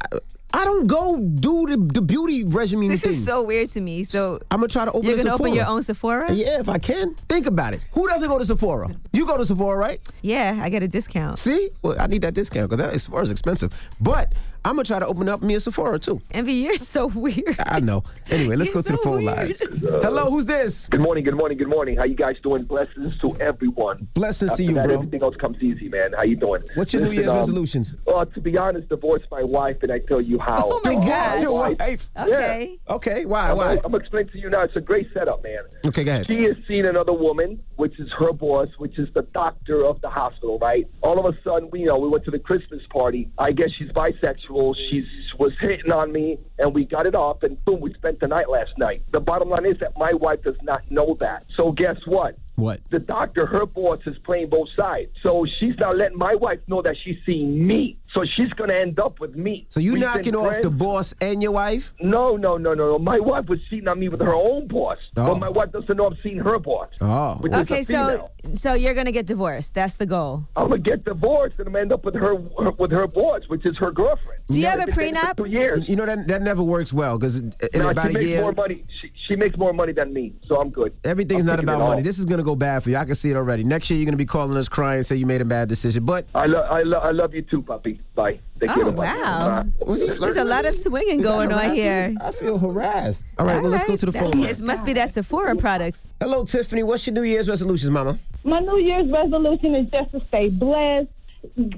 S1: I don't go do the, the beauty regimen
S2: This
S1: thing.
S2: is so weird to me. So
S1: I'm gonna try to open
S2: You're
S1: a
S2: gonna open
S1: Sephora.
S2: your own Sephora?
S1: Yeah, if I can. Think about it. Who doesn't go to Sephora? You go to Sephora, right?
S2: Yeah, I get a discount.
S1: See, well, I need that discount because that Sephora's expensive. But I'm gonna try to open up me a Sephora too.
S2: Envy, you're so weird.
S1: I know. Anyway, let's go to the phone lines. Hello, who's this?
S15: Good morning, good morning, good morning. How you guys doing? Blessings to everyone.
S1: Blessings
S15: After
S1: to you,
S15: that,
S1: bro.
S15: Everything else comes easy, man. How you doing?
S1: What's your New
S15: Listen,
S1: Year's
S15: um,
S1: resolutions?
S15: Well, to be honest, divorced my wife, and I tell you how.
S1: Oh my gosh. Your wife.
S15: Okay.
S1: Okay. Why?
S15: I'm,
S1: why?
S15: I'm gonna explain to you now. It's a great setup, man.
S1: Okay, go ahead.
S15: She has seen another woman, which is her boss, which is the doctor of the hospital, right? All of a sudden, we you know we went to the Christmas party. I guess she's bisexual. She's was hitting on me, and we got it off, and boom, we spent the night last night. The bottom line is that my wife does not know that. So guess what?
S1: What?
S15: The doctor, her boss, is playing both sides. So she's not letting my wife know that she's seeing me. So she's gonna end up with me.
S1: So you
S15: We've been
S1: knocking off the
S15: friends.
S1: boss and your wife?
S15: No, no, no, no, no. My wife was cheating on me with her own boss.
S1: Oh.
S15: But my wife doesn't know I'm seeing her boss.
S1: Oh.
S15: Which is
S2: Okay,
S15: a
S2: so
S15: female.
S2: so you're gonna get divorced. That's the goal.
S15: I'm gonna get divorced and I'm gonna end up with her, her with her boss, which is her girlfriend.
S2: Do you have a
S15: They've been together for
S2: prenup?
S15: Two years.
S1: You know that that never works well because in
S15: Now,
S1: about
S15: she
S1: a
S15: makes
S1: year,
S15: more money. She, she makes more money than me, so I'm good.
S1: everything's
S15: I'm
S1: not
S15: taking
S1: about
S15: it all.
S1: money. This is gonna go bad for you. I can see it already. Next year, you're gonna be calling us crying, say you made a bad decision. But
S15: I love, I love, I love you too, puppy. Bye. Take care,
S2: Oh
S15: bye.
S2: wow.
S15: Bye.
S2: There's a lot of swinging
S1: Is that
S2: going on
S1: harassment?
S2: here.
S1: I feel harassed. All right, well, let's go to the
S2: That's-
S1: phone.
S2: It must be that Sephora products.
S1: Hello, Tiffany. What's your New Year's resolutions, Mama?
S7: My New Year's resolution is just to stay blessed,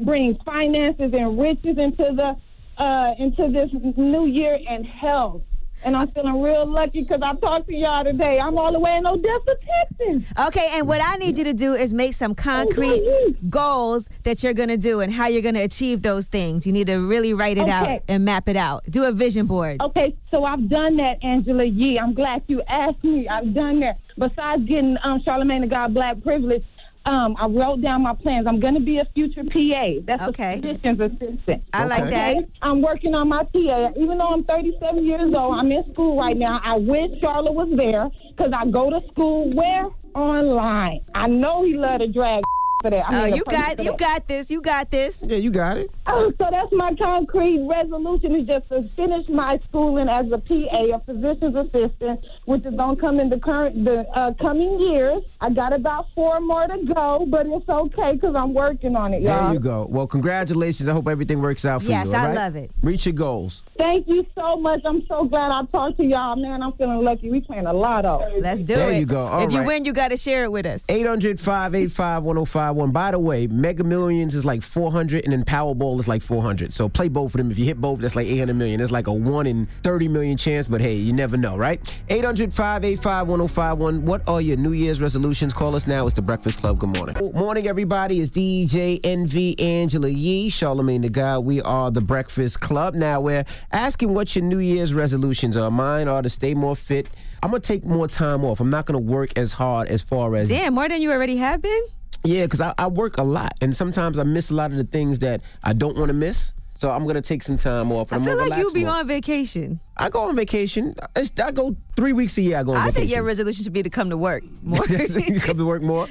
S7: bring finances and riches into the uh, into this new year and health. And I'm feeling real lucky because I talked to y'all today. I'm all the way in Odessa, Texas.
S2: Okay, and what I need you to do is make some concrete goals that you're gonna do and how you're gonna achieve those things. You need to really write it out
S7: Okay.
S2: and map it out. Do a vision board.
S7: Okay, so I've done that, Angela Yee. I'm glad you asked me. I've done that. Besides getting um, Charlemagne the God Black privilege, um, I wrote down my plans. I'm going to be a future PA. That's okay. a physician's assistant.
S2: I like that.
S7: Okay? I'm working on my PA. Even though I'm 37 years old, I'm in school right now. I wish Charlotte was there because I go to school where online. I know he love to drag for that. I
S2: Oh,
S7: mean,
S2: you
S7: the person
S2: got
S7: for
S2: you
S7: that.
S2: got this. You got this.
S1: Yeah, you got it.
S7: Oh, so that's my concrete resolution is just to finish my schooling as a PA, a physician's assistant, which is gonna come in the current, the uh, coming years. I got about four more to go, but it's okay because I'm working on it, y'all.
S1: There you go. Well, congratulations. I hope everything works out for
S7: Yes,
S1: you.
S7: I
S1: alright?
S7: love it.
S1: Reach your goals.
S7: Thank you so much. I'm so glad I talked to y'all, man. I'm feeling lucky. We playing a lot of.
S2: Let's do
S1: There
S2: it.
S1: you go. All
S2: if you
S1: right.
S2: win, you got to share it with us.
S1: 800 585 1051. By the way, Mega Millions is like 400 and then Powerball is like 400. So play both of them. If you hit both, that's like 800 million. That's like a 1 in 30 million chance, but hey, you never know, right? 800 585 1051. What are your New Year's resolutions? Call us now. It's the Breakfast Club. Good morning. Good morning, everybody. It's DJ NV Angela Yee, Charlemagne the Guy. We are the Breakfast Club. Now, we're asking what your New Year's resolutions are. Mine are to stay more fit. I'm going to take more time off. I'm not going to work as hard as far as
S2: Damn, more than you already have been.
S1: yeah, because I, I work a lot, and sometimes I miss a lot of the things that I don't want to miss. So I'm gonna take some time off.
S2: I
S1: And
S2: feel
S1: am
S2: like you'll be on vacation.
S1: I go on vacation. It's, I go three weeks a year. I go on
S2: I think
S1: vacation.
S2: your resolution should be to come to work more.
S1: you come to work more.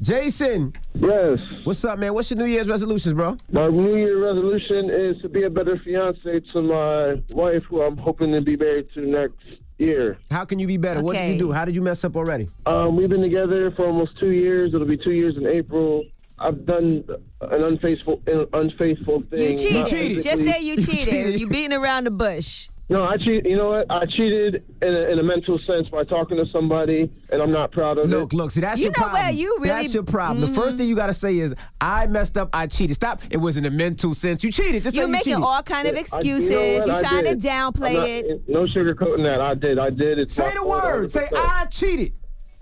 S1: Jason.
S16: Yes.
S1: What's up, man? What's your New Year's resolutions, bro?
S16: My New Year resolution is to be a better fiance to my wife, who I'm hoping to be married to next year.
S1: How can you be better? What did you
S16: Okay.
S1: do? How did you mess up already?
S16: Um, we've been together for almost two years. It'll be two years in April. I've done an unfaithful, an unfaithful thing.
S2: you
S16: not
S2: cheated. Just
S16: physically-
S2: say you cheated. you beating around the bush.
S16: No, I cheat. You know what? I cheated in a, in a mental sense by talking to somebody, and I'm not proud of it.
S1: Look, look. See, that's your problem. That's your problem. The
S2: Mm-hmm.
S1: first thing you got to say is, "I messed up. I cheated." Stop. It was in a mental sense. You cheated. Just say
S2: You're
S1: you
S2: making
S1: cheated.
S2: all kind of
S16: I- you know
S2: excuses.
S16: what?
S2: You're
S16: I
S2: trying to
S16: did. I'm
S2: downplay
S16: not-
S2: it.
S16: No sugarcoating that. I did. I did. It's
S2: Say
S16: my
S2: the
S16: fault,
S2: word. Say,
S16: 100%.
S1: I cheated.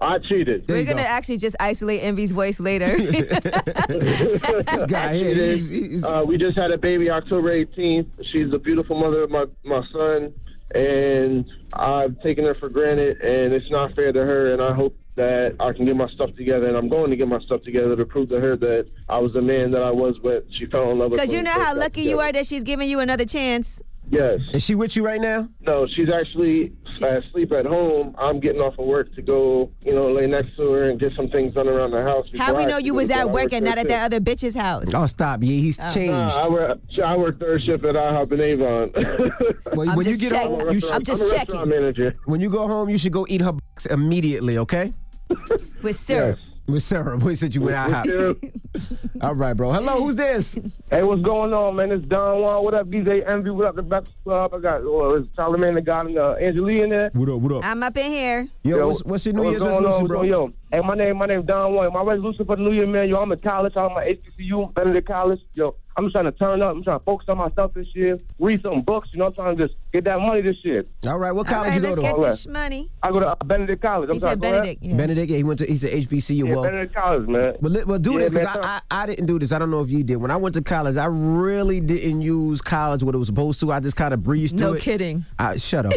S16: I cheated.
S2: We're gonna actually just isolate Envy's voice later.
S16: this
S1: guy
S16: here. uh, we just had a baby October 18th. She's a beautiful mother of my, my son, and I've taken her for granted, and it's not fair to her. And I hope that I can get my stuff together, and I'm going to get my stuff together to prove to her that I was the man that I was with. She fell in love with me.
S2: Because you know
S16: and
S2: how
S16: got
S2: lucky you
S16: together.
S2: are that she's giving you another chance.
S16: Yes.
S1: Is she with you right now?
S16: No, she's actually uh, asleep at home. I'm getting off of work to go, you know, lay next to her and get some things done around the house.
S2: How
S16: before
S2: we
S16: I
S2: know
S16: actually
S2: you
S16: go
S2: was
S16: to
S2: at
S16: I
S2: work and
S16: there
S2: not at
S16: too.
S2: that other bitch's house?
S1: Oh, stop. Yeah, he's
S2: Oh.
S1: changed.
S16: Nah, I work, I work third shift at IHOP and Avon.
S1: Well, when you get home, you should, When you go home, you should go eat her box immediately, okay?
S2: With
S1: syrup. With syrup. We said you went out. All right, bro. Hello, who's this?
S16: Hey, what's going on, man? It's Don Juan. What up, DJ Envy? What up, the Breakfast Club? I got well, it's Charlamagne the God and uh, Angelia in there.
S1: What up? What
S2: I'm up in here.
S1: Yo, what's- what's your New Year's
S16: going on?
S1: resolution,
S16: What's
S1: bro?
S16: going- Yo, hey, my name, my name Don Juan. My resolution for the New Year, man. Yo, I'm in college. I'm at HBCU, Benedict College. Yo, I'm trying to turn up. I'm trying to focus on myself this year. Read some books. You know, I'm trying to just get that money this year.
S1: All right, what
S2: All right, let's get this money.
S16: I go to uh, Benedict College. I'm
S2: He
S16: sorry,
S2: said
S16: go ahead.
S2: Benedict.
S1: Benedict, yeah, he went to he's at HBCU.
S16: Yeah,
S1: well,
S16: Benedict College, man.
S1: Well, let- well do
S16: Yeah,
S1: this because
S16: man,
S1: I, I, I didn't do this. I don't know if you did. When I went to college, I really didn't use college what it was supposed to. I just kind of breezed
S2: No
S1: through it.
S2: kidding.
S1: I, shut up.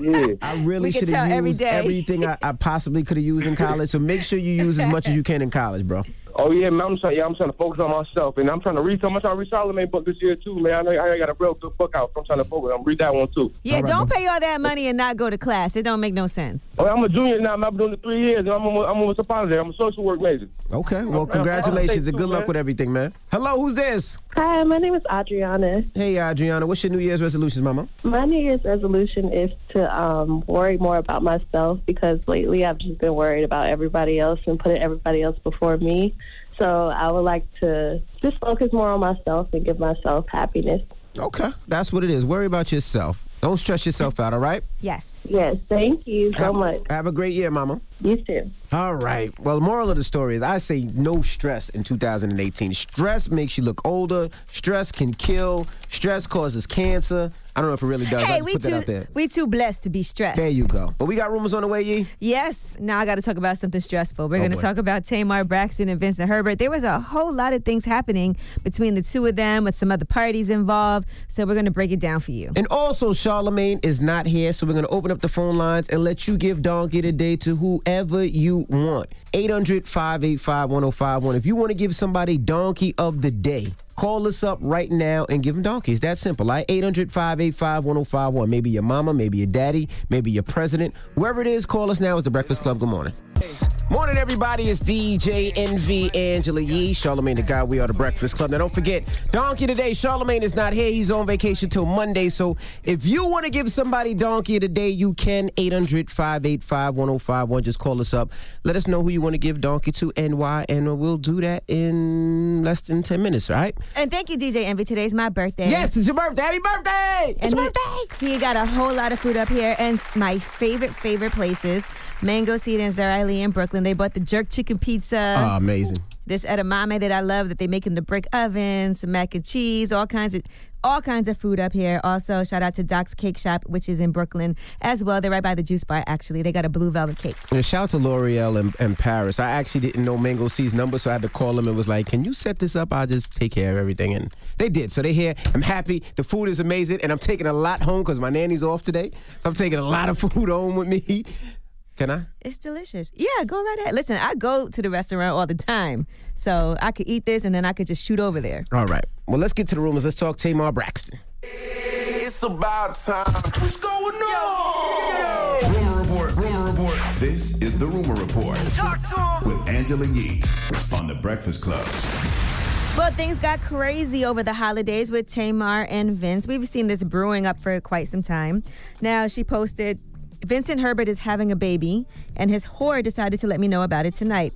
S1: I really
S2: We can
S1: should
S2: tell
S1: have used
S2: every day.
S1: everything I, I possibly could have used in college. So make sure you use as much as you can in college, bro.
S16: Oh yeah, man. I'm trying. Yeah, I'm trying to focus on myself, and I'm trying to read. So I'm trying to read Charlamagne book this year too, man. I know I got a real good book out. So I'm trying to focus. I'm read that one too.
S2: Yeah, don't pay all that money and not go to class. It don't make no sense.
S16: Oh, I'm a junior now. man. I've been doing it three years, and I'm almost, I'm almost up out of there. I'm a social work major.
S1: Okay. Well,
S16: Alright, thanks,
S1: congratulations and
S16: too,
S1: good luck
S16: man.
S1: with everything, man. Hello, who's this?
S11: Hi, my name is Adriana.
S1: Hey, Adriana. What's your New Year's resolutions, Mama?
S11: My New Year's resolution is to um, worry more about myself because lately I've just been worried about everybody else and putting everybody else before me. So I would like to just focus more on myself and give myself happiness.
S1: Okay, that's what it is. Worry about yourself. Don't stress yourself out. All right.
S2: Yes.
S11: Yes. Thank you so
S1: Have-
S11: much.
S1: Have a great year, Mama.
S11: You too.
S1: All right. Well, the moral of the story is I say no stress in 2018. Stress makes you look older. Stress can kill. Stress causes cancer. I don't know if it really does. I
S2: Hey,
S1: just
S2: we
S1: put that out
S2: too
S1: there.
S2: we too blessed to be stressed.
S1: There you go. But we got rumors on the way, Yee.
S2: Yes. Now I got to talk about something stressful. We're
S1: Oh,
S2: going to
S1: boy.
S2: talk about Tamar Braxton and Vincent Herbert. There was a whole lot of things happening between the two of them with some other parties involved. So we're going to break it down for you.
S1: And also, Charlemagne is not here, so we're going to open up the phone lines and let you give Donkey the day to whoever you want. 800 585 1051. If you want to give somebody Donkey of the Day, call us up right now and give them Donkey. It's that simple. Right? 800 585 1051. Maybe your mama, maybe your daddy, maybe your president. Whoever it is, call us now. It's The Breakfast Club. Good morning. Morning, everybody. It's DJ NV Angela Yee, Charlemagne the Guy. We are the Breakfast Club. Now, don't forget, Donkey today. Charlemagne is not here. He's on vacation till Monday. So, if you want to give somebody Donkey today, you can. 800 585 1051. Just call us up. Let us know who you want to give Donkey to and why. And we'll do that in less than 10 minutes, all right?
S2: And thank you, DJ Envy. Today's my birthday.
S1: Yes, it's your birthday. Happy birthday!
S2: It's your birthday. He got a whole lot of food up here, and my favorite, favorite places Mango Seed and Zarili in Brooklyn. They bought the jerk chicken pizza.
S1: Ah, amazing.
S2: this edamame that I love that they make in the brick oven, some mac and cheese, all kinds of all kinds of food up here. Also, shout out to Doc's Cake Shop, which is in Brooklyn as well. They're right by the juice bar, actually. They got a blue velvet cake.
S1: And shout out to L'Oreal and, and Paris. I actually didn't know Mango C's number, so I had to call them and was like, "Can you set this up? I'll just take care of everything." And they did. So they here. I'm happy. The food is amazing, and I'm taking a lot home because my nanny's off today. So I'm taking a lot of food home with me. Can I?
S2: It's delicious. Yeah, go right ahead. Listen, I go to the restaurant all the time. So I could eat this and then I could just shoot over there.
S1: All right. Well, let's get to the rumors. Let's talk Tamar Braxton.
S4: It's about time. What's going on?
S3: Rumor report. Rumor report. This is the rumor report with Angela Yee on the Breakfast Club.
S2: Well, things got crazy over the holidays with Tamar and Vince. We've seen this brewing up for quite some time. Now, she posted Vincent Herbert is having a baby, and his whore decided to let me know about it tonight.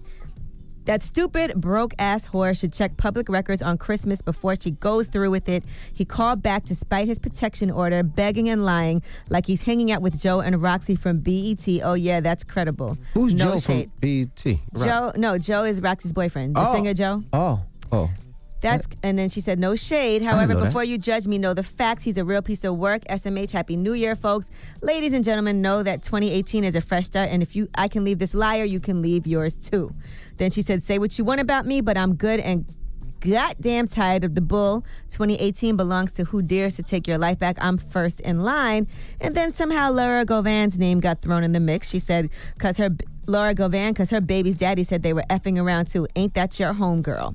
S2: That stupid, broke ass whore should check public records on Christmas before she goes through with it. He called back despite his protection order, begging and lying like he's hanging out with Joe and Roxy from BET. Oh, yeah, that's credible.
S1: Who's
S2: no
S1: Joe
S2: shade.
S1: from E BT?
S2: Joe, no, Joe is Roxy's boyfriend, the
S1: Oh.
S2: singer Joe.
S1: Oh, oh.
S2: That's and then she said no shade. However,
S1: know that.
S2: before you judge me, know the facts. He's a real piece of work. SMH, happy New Year, folks. Ladies and gentlemen, know that 2018 is a fresh start, and if you I can leave this liar, you can leave yours too. Then she said, say what you want about me, but I'm good and goddamn tired of the bull. 2018 belongs to who dares to take your life back. I'm first in line. And then somehow Laura Govan's name got thrown in the mix. She said, cause her Laura Govan, cause her baby's daddy said they were effing around too. Ain't that your homegirl?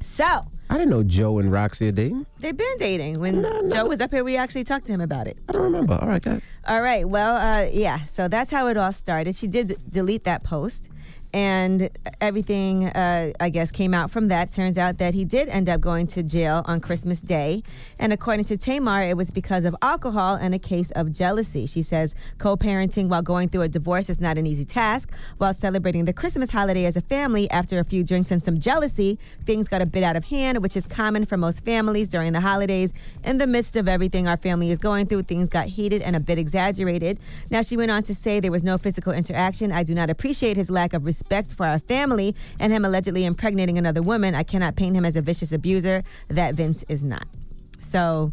S2: So.
S1: I didn't know Joe and Roxy are dating.
S2: They've been dating. When Joe was up here, we actually talked to him about it.
S1: I don't remember. All right, got it.
S2: All right. Well, uh, yeah. So that's how it all started. She did delete that post, and everything, uh, I guess, came out from that. Turns out that he did end up going to jail on Christmas Day. And according to Tamar, it was because of alcohol and a case of jealousy. She says co parenting while going through a divorce is not an easy task. While celebrating the Christmas holiday as a family, after a few drinks and some jealousy, things got a bit out of hand, which is common for most families during the holidays. In the midst of everything our family is going through, things got heated and a bit exaggerated. Now, she went on to say there was no physical interaction. I do not appreciate his lack of respect for our family and him allegedly impregnating another woman. I cannot paint him as a vicious abuser. That Vince is not. So.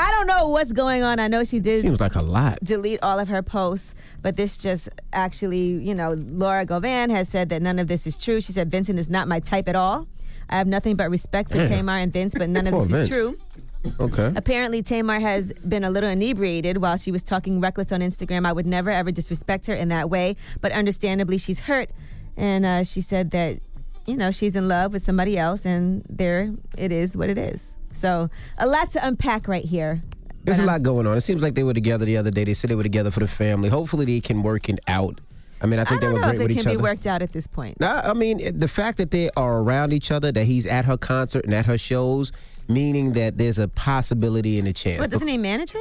S2: I don't know what's going on. I know she did.
S1: Seems like a lot.
S2: Delete all of her posts, but this just actually, you know, Laura Govan has said that none of this is true. She said Vincent is not my type at all. I have nothing but respect for
S1: Damn.
S2: Tamar and Vince, but none of
S1: Poor Vince.
S2: this is true.
S1: Oh, Okay.
S2: Apparently, Tamar has been a little inebriated while she was talking reckless on Instagram. I would never ever disrespect her in that way, but understandably, she's hurt. And uh, she said that, you know, she's in love with somebody else, and there it is what it is. So, a lot to unpack right here.
S1: There's a lot going on. It seems like they were together the other day. They said they were together for the family. Hopefully, they can work it out. I mean, I think they
S2: I don't
S1: were
S2: know
S1: great
S2: if
S1: with
S2: it
S1: each
S2: can be
S1: other.
S2: worked out at this point.
S1: No, I mean it- the fact that they are around each other, that he's at her concert and at her shows, meaning that there's a possibility and a chance.
S2: But
S1: But
S2: doesn't he manage her?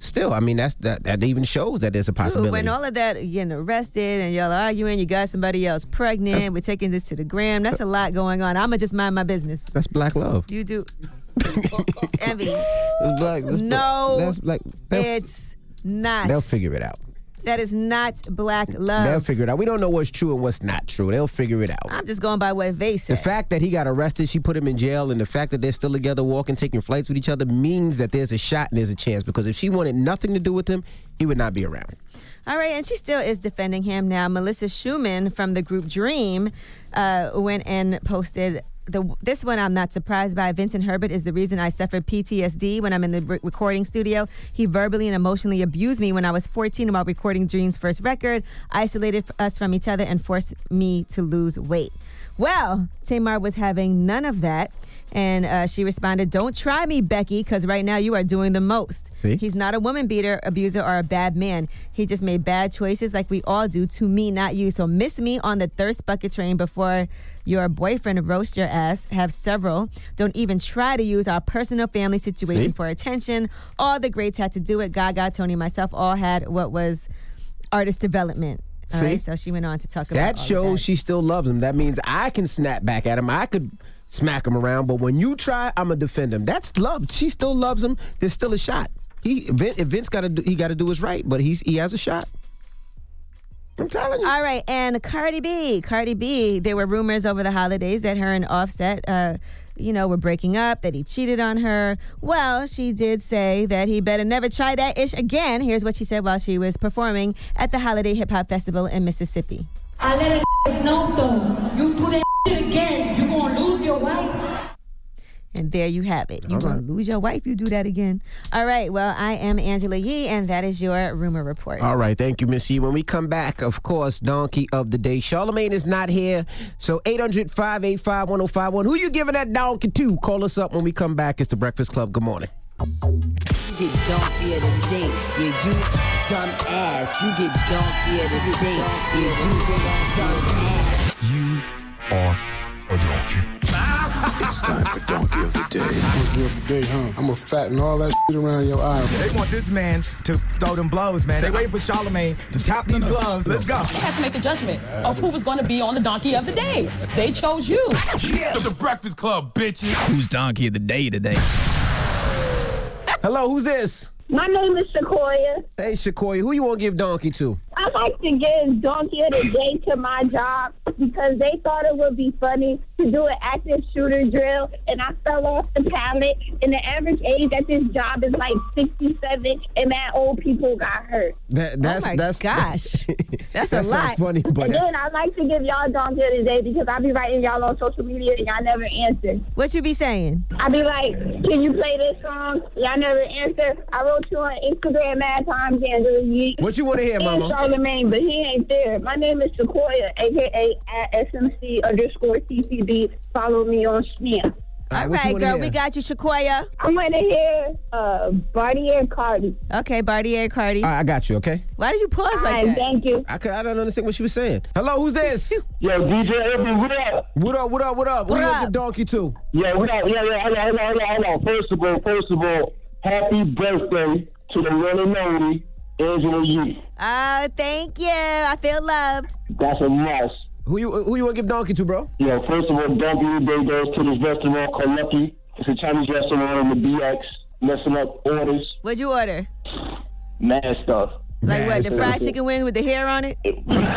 S1: still, I mean that's that that even shows that there's a
S2: Dude,
S1: possibility.
S2: when all of that you're getting arrested and y'all arguing, you got somebody else pregnant. we're taking this to the gram. That's a lot going on. I'ma just mind my business.
S1: that's black love.
S2: You do envy.
S1: That's black. That's
S2: No,
S1: Black, that's black. They'll,
S2: it's not.
S1: they'll figure it out.
S2: That is not black
S1: they'll
S2: love.
S1: figure it out. We don't know what's true and what's not true. They'll figure it out.
S2: I'm just going by what they
S1: The
S2: said.
S1: fact that he got arrested, she put him in jail, and the fact that they're still together, walking, taking flights with each other, means that there's a shot and there's a chance. Because if she wanted nothing to do with him, he would not be around.
S2: All right, and she still is defending him now. Melissa Schumann from the group Dream uh, went and posted. The, this one I'm not surprised by. Vincent Herbert is the reason I suffered PTSD when I'm in the re- recording studio. He verbally and emotionally abused me when I was 14 while recording Dream's first record, isolated f- us from each other, and forced me to lose weight. Well, Tamar was having none of that, and uh, she responded, Don't try me, Becky, because right now you are doing the most.
S1: See?
S2: He's not a woman beater, abuser, or a bad man. He just made bad choices like we all do to me, not you. So miss me on the thirst bucket train before your boyfriend roasts your ass. Have several. Don't even try to use our personal family situation
S17: See?
S2: for attention. All the greats had to do it. Gaga, Tony, myself all had what was artist development. All
S1: See?
S2: right, so she went on to talk about
S1: That
S2: all of
S1: shows she still loves him. That means I can snap back at him. I could smack him around, but when you try, I'm gonna defend him. That's love. She still loves him. There's still a shot. He Vin, if Vince got to do, he got to do what's right, but he's he has a shot. I'm telling you.
S2: All right, and Cardi B, Cardi B, there were rumors over the holidays that her and Offset, uh, you know, were breaking up, that he cheated on her. Well, she did say that he better never try that ish again. Here's what she said while she was performing at the Holiday Hip Hop Festival in Mississippi.
S17: I let it know though. You do that shit again, you gonna lose your wife.
S2: And there you have it. You're
S17: All
S2: going to lose your wife. You do that again. All right. Well, I am Angela Yee, and that is your rumor report.
S1: All right, thank you, Miss E. When we come back, of course, Donkey of the Day. Charlemagne is not here, so 800 585 1051. Who you giving that donkey to? Call us up when we come back. It's the Breakfast Club. Good morning.
S18: You get donkey of the day. Yeah, you dumb ass. You get donkey of the day. Yeah, you dumb ass.
S3: You are a donkey.
S19: It's time for Donkey of the Day.
S20: Donkey of the Day, huh? I'm gonna fatten all that shit around your eye.
S21: They want this man to throw them blows, man. They waiting for Charlemagne to tap these gloves. Let's go.
S22: They had to make a judgment of who was going to be on the donkey of the day. They chose you.
S3: The Breakfast Club, bitches.
S21: Who's donkey of the day today?
S1: Hello, who's this?
S23: My name is Sequoia.
S1: Hey, Sequoia, who you want to give donkey to?
S23: I like to give Donkey of the Day to my job because they thought it would be funny to do an active shooter drill, and I fell off the pallet. And the average age at this job is like 67, and that old people got hurt.
S1: That, that's
S18: Oh
S2: Oh
S23: my
S1: that's
S23: gosh.
S1: that's not funny, but
S23: and
S1: that's,
S23: then I like to give y'all Donkey of the Day because I be writing y'all on social media and y'all never answer.
S2: What you be saying?
S23: I be like, can you play this song? Y'all never answer. I wrote you on Instagram mad times, Angela Yee.
S1: What you wanna hear,
S23: and
S1: mama?
S23: Charlemagne, but he ain't there. My name is Sequoia, aka at SMC underscore CCB. Follow me on Snap.
S2: All right, girl, we got you, Shakoya.
S23: I'm gonna hear uh, Bartier Cardi.
S2: Okay, Bartier Cardi.
S1: All right, I got you. Okay.
S2: Why did you pause like that?
S23: Thank you.
S1: I could, I don't understand what she was saying. Hello, who's this?
S16: yeah, DJ Envy, what up?
S1: What up? What up? What up?
S16: What
S1: What
S16: up?
S1: up? donkey to?
S16: Yeah, what up? Yeah, yeah, hold on, hold on, hold on, hold on. First of all, first of all, happy birthday to the one and only Angela Yee.
S2: Oh, thank you. I feel loved.
S16: That's a mouse.
S1: Who you who you want to give donkey to, bro?
S16: Yeah, first of all, donkey day goes to this restaurant called Lucky. It's a Chinese restaurant on the BX, messing up orders,
S2: What'd you order?
S16: mad stuff.
S2: Like what? The fried chicken wing with the hair on it?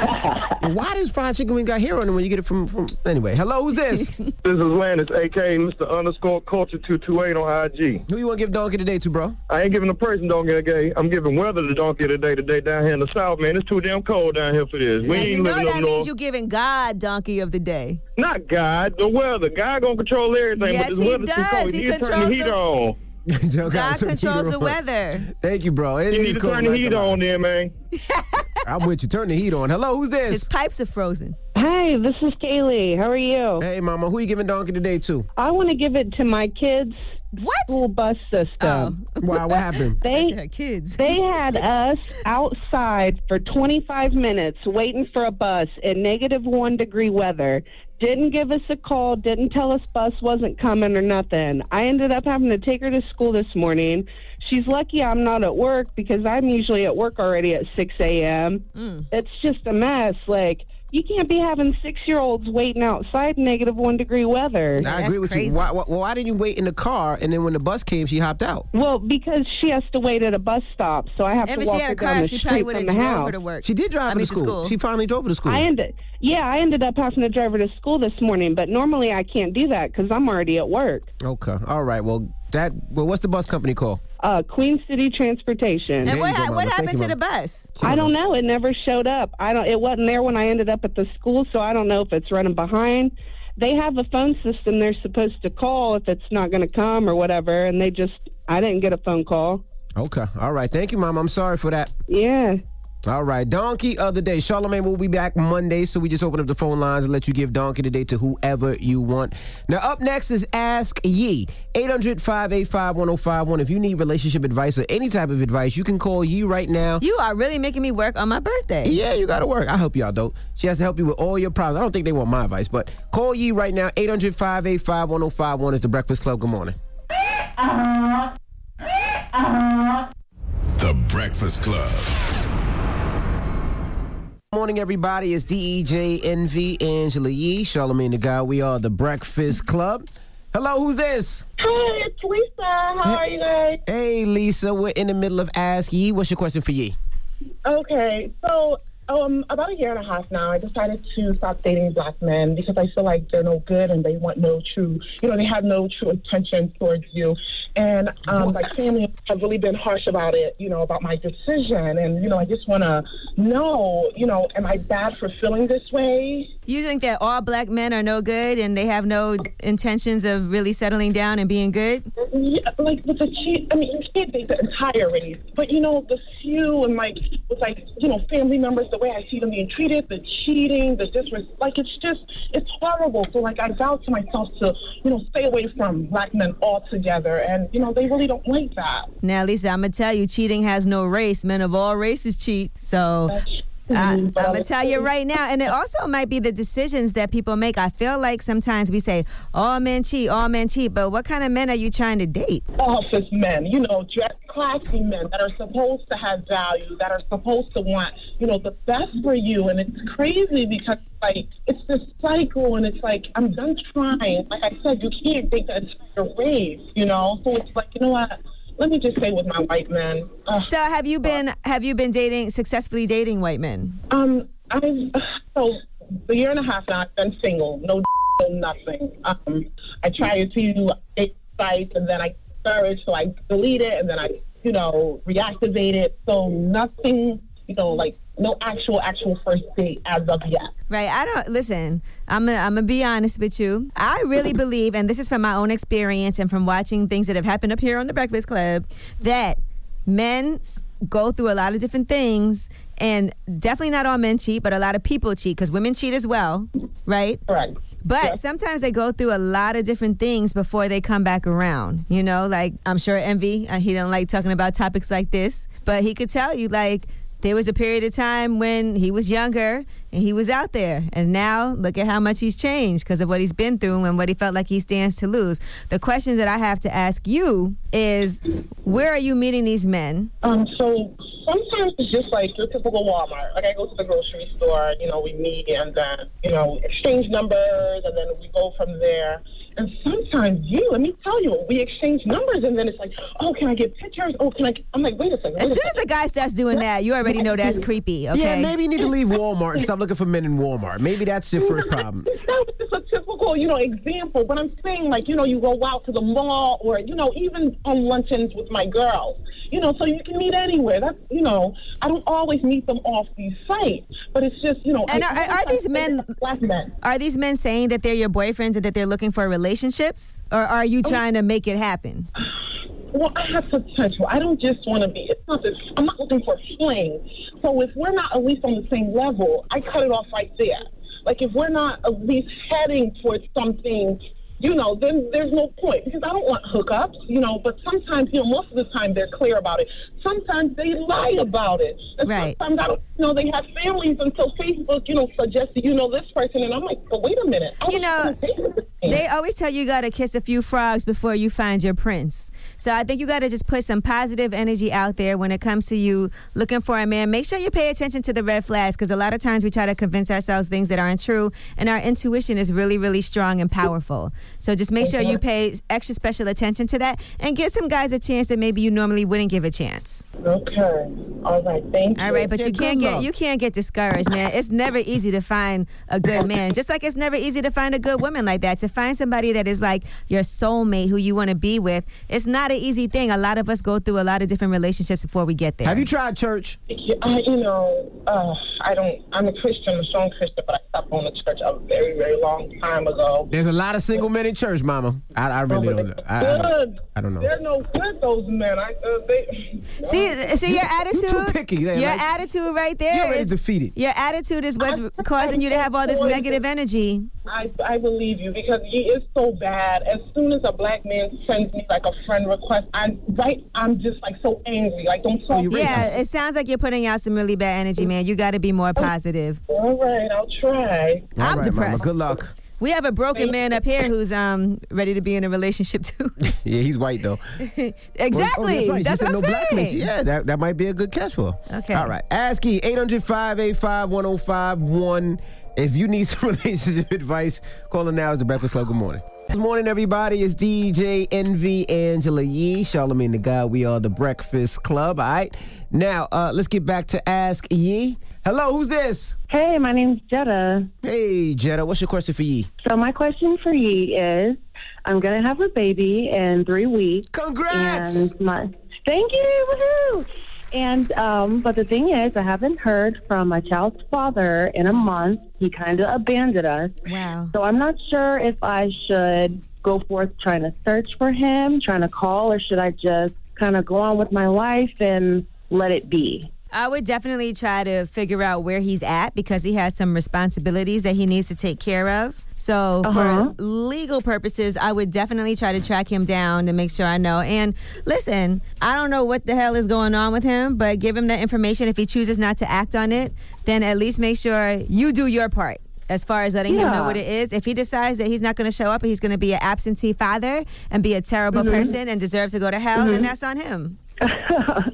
S1: Why does fried chicken wing got hair on it when you get it from from? Anyway, hello, who's this?
S24: This is Landis, aka Mr. Underscore Culture Two Two Eight on IG.
S1: Who you want to give donkey today to, bro?
S24: I ain't giving a person donkey today. I'm giving weather the donkey today. Today down here in the south, man, it's too damn cold down here for this. We
S2: And you
S24: ain't
S2: know
S24: living up
S2: that means
S24: north.
S2: you giving God donkey of the day.
S24: Not God, the weather. God gonna control everything, but
S2: Yes,
S24: this
S2: he
S24: weather's too
S2: does.
S24: cold.
S2: He
S24: need to turn
S2: controls
S24: the heat
S2: the-
S24: on.
S1: Joe
S2: God
S1: got some
S2: controls
S1: heat
S2: the
S1: on.
S2: weather.
S1: Thank you, bro. It
S24: You
S1: is
S24: need to
S1: cold
S24: turn the
S1: like
S24: heat
S1: a-
S24: on, then, man.
S1: I'm with you. Turn the heat on. Hello, who's this? His
S2: pipes are frozen.
S25: Hi, this is Kaylee. How are you?
S1: Hey, mama. Who you giving donkey today to?
S25: I want to give it to my kids.
S2: What? Oh.
S25: School bus system.
S1: Wow, what happened?
S25: They
S2: kids.
S25: they had us outside for 25 minutes waiting for a bus in negative 1 degree weather. Didn't give us a call, didn't tell us bus wasn't coming or nothing. I ended up having to take her to school this morning. She's lucky I'm not at work because I'm usually at work already at 6 a.m.
S2: Mm.
S25: It's just a mess. Like, you can't be having six year olds waiting outside in negative one degree weather.
S1: I agree with you. Why, why, why didn't you wait in the car and then when the bus came, she hopped out?
S25: Well, because she has to wait at a bus stop, so I have
S2: If
S25: to
S2: she
S25: walk
S2: had
S25: her
S2: a car,
S25: down the
S2: she probably
S25: street
S2: would
S25: from
S2: have
S25: the
S2: drove
S25: house.
S2: her to work.
S1: She did drive
S2: I
S1: her
S2: mean,
S1: to
S2: to
S1: school.
S2: school.
S1: She finally drove her to school.
S25: I ended, yeah, I ended up having to drive her to school this morning, but normally I can't do that because I'm already at work.
S1: Okay. All right. Well, that. Well, what's the bus company called?
S25: Uh, Queen City Transportation.
S1: There you go, Mama. Thank you, Mama.
S2: bus?
S25: I don't know. It never showed up. I don't. It wasn't there when I ended up at the school, so I don't know if it's running behind. They have a phone system they're supposed to call if it's not going to come or whatever, and they just. I didn't get a phone call.
S1: Okay. All right. Thank you, Mom. I'm sorry for that.
S25: Yeah.
S1: All right. Donkey of the day. Charlemagne will be back Monday, so we just open up the phone lines and let you give Donkey today to whoever you want. Now, up next is Ask Yee. 800 585 1051. If you need relationship advice or any type of advice, you can call Yee right now.
S2: You are really making me work on my birthday.
S1: Yeah, you gotta work. I help y'all, though. She has to help you with all your problems. I don't think they want my advice, but call Yee right now. 800 585 1051 is the Breakfast Club. Good morning.
S19: The Breakfast Club.
S1: Morning, everybody. It's E DEJ NV Angela Yee, Charlemagne the Guy. We are the Breakfast Club. Hello, who's this?
S25: Hi, it's Lisa. How
S1: are
S25: you guys?
S1: Hey, Lisa. We're in the middle of Ask Yee. What's your question for Yee?
S26: Okay, so um, about a year and a half now, I decided to stop dating black men because I feel like they're no good and they want no true, you know, they have no true intentions towards you. And um, my family have really been harsh about it, you know, about my decision. And, you know, I just want to know, you know, am I bad for feeling this way?
S2: You think that all black men are no good and they have no intentions of really settling down and being good?
S26: Yeah, like with the cheat, I mean, you can't date the entire race, but you know, the few and like with like you know family members, the way I see them being treated, the cheating, the disrespect, like it's just it's horrible. So like I vowed to myself to you know stay away from black men altogether, and you know they really don't like that.
S2: Now, Lisa, I'm gonna tell you, cheating has no race. Men of all races cheat. So I, I'm
S26: Mm, but I
S2: gonna
S26: was-
S2: tell you right now, and it also might be the decisions that people make. I feel like sometimes we say, "All men cheat, all men cheat," but what kind of men are you trying to date?
S26: office men, you know, dress classy men that are supposed to have value, that are supposed to want, you know, the best for you. And it's crazy because, like, it's this cycle, and it's like, I'm done trying. Like I said, you can't take that entire wave, you know? So it's like, you know what? Let me just say with my white men. Ugh.
S2: So have you been have you been dating successfully dating white men?
S26: Um, I've so a year and a half now. I've been single, no, no nothing. Um, I try to date sites, and then I discourage, so I delete it, and then I, you know, reactivate it. So nothing, you know, like no actual actual first date as of yet.
S2: Right. I don't listen. I'm gonna, I'm gonna be honest with you. I really believe, and this is from my own experience and from watching things that have happened up here on the Breakfast Club, that men s- go through a lot of different things, and definitely not all men cheat, but a lot of people cheat because women cheat as well, right?
S26: Right.
S2: But sometimes they go through a lot of different things before they come back around. You know, like I'm sure Envy, uh, he don't like talking about topics like this, but he could tell you like there was a period of time when he was younger and he was out there, and now look at how much he's changed because of what he's been through and what he felt like he stands to lose. The question that I have to ask you is, where are you meeting these men?
S26: Um, so sometimes it's just like your typical Walmart. Like I go to the grocery store, you know, we meet and then, you know, exchange numbers and then we go from there. And sometimes you, let me tell you, we exchange numbers and then it's like, oh, can I get pictures? Oh, can I? I'm like, wait a second.
S2: As
S26: wait a
S2: soon as a guy starts doing that, you already know that's creepy. Okay.
S1: Yeah, maybe you need to leave Walmart and stop looking for men in Walmart. Maybe that's your first problem.
S26: that was just a typical, you know, example. But I'm saying, like, you know, you go out to the mall or, you know, even on luncheons with my girls. You know, so you can meet anywhere. That's, you know, I don't always meet them off these sites, but it's just, you know.
S2: And
S26: I-
S2: are, are these men
S26: black men?
S2: Are these men saying that they're your boyfriends and that they're looking for relationships, or are you trying to make it happen?
S26: Well, I have potential. I don't just want to be. It's not this. I'm not looking for a fling. So if we're not at least on the same level, I cut it off right there. Like if we're not at least heading towards something, you know, then there's no point because I don't want hookups, you know. But sometimes, you know, most of the time they're clear about it. Sometimes they lie about it. And
S2: Right.
S26: Sometimes I don't, you know, they have families until Facebook, you know, suggests that you know this person, and I'm like, but wait a minute. I
S2: You
S26: was
S2: know,
S26: on a date with this man.
S2: They always tell you you gotta kiss a few frogs before you find your prince. So I think you gotta just put some positive energy out there when it comes to you looking for a man. Make sure you pay attention to the red flags because a lot of times we try to convince ourselves things that aren't true, and our intuition is really, really strong and powerful. So just make sure you pay extra special attention to that and give some guys a chance that maybe you normally wouldn't give a chance.
S26: Okay. All right. Thank you.
S2: All right, but you can't get you can't get discouraged, man. It's never easy to find a good man. Just like it's never easy to find a good woman like that. To find somebody that is like your soulmate who you want to be with, it's not an easy thing. A lot of us go through a lot of different relationships before we get there. Have
S1: you tried church?
S26: Yeah, I, you know, uh, I don't. I'm a Christian, a strong Christian, but I stopped going to church a very, very long time ago.
S1: There's a lot of single men in church, Mama. I, I really don't know. I, I don't, I don't know.
S26: They're no good. Those men. I, uh, they.
S2: See, see your attitude.
S1: You're too picky. Yeah,
S2: your
S1: like-
S2: attitude right
S1: You
S2: there
S1: already
S2: is
S1: defeated.
S2: your attitude is what's causing you to have all this negative energy.
S26: I, I believe you because he is so bad. As soon as a black man sends me like a friend request, I'm right. I'm just like so angry. Like don't
S1: Oh,
S26: talk. to me.
S2: Yeah, it sounds like you're putting out some really bad energy, man. You got to be more positive.
S26: All right, I'll try.
S1: All
S2: I'm
S1: right,
S2: depressed.
S1: Mama. Good luck.
S2: We have a broken man up here who's um ready to be in a relationship too.
S1: Yeah, he's white though.
S2: exactly.
S1: Oh, that's Oh, right. She
S2: That's
S1: said
S2: what
S1: no
S2: I'm
S1: blackness.
S2: saying.
S1: Yeah, that, that might be a good catch for. her.
S2: Okay.
S1: All right. ASCII 800-585-1051. If you need some relationship advice, call her now. It's the Breakfast Club. Good morning. Good morning, everybody. It's DJ NV Angela Yee, Charlemagne the Guy. We are the Breakfast Club. All right. Now, uh, let's get back to Ask Yee. Hello, who's this?
S5: Hey, my name's Jetta.
S1: Hey, Jetta. What's your question for Yee?
S5: So my question for you is, I'm gonna have a baby in three weeks.
S1: Congrats!
S5: And my thank you, woohoo! And um, but the thing is, I haven't heard from my child's father in a month. He kind of abandoned us.
S2: Wow.
S5: So I'm not sure if I should go forth trying to search for him, trying to call, or should I just kind of go on with my life and let it be?
S2: I would definitely try to figure out where he's at because he has some responsibilities that he needs to take care of. So,
S27: Uh-huh.
S2: for legal purposes, I would definitely try to track him down to make sure I know. And listen, I don't know what the hell is going on with him, but give him that information. If he chooses not to act on it, then at least make sure you do your part. As far as letting him know
S27: Yeah.
S2: what it is, if he decides that he's not going to show up and he's going to be an absentee father and be a terrible
S27: Mhm.
S2: person and deserves to go to hell, then
S27: Mhm.
S2: that's on him.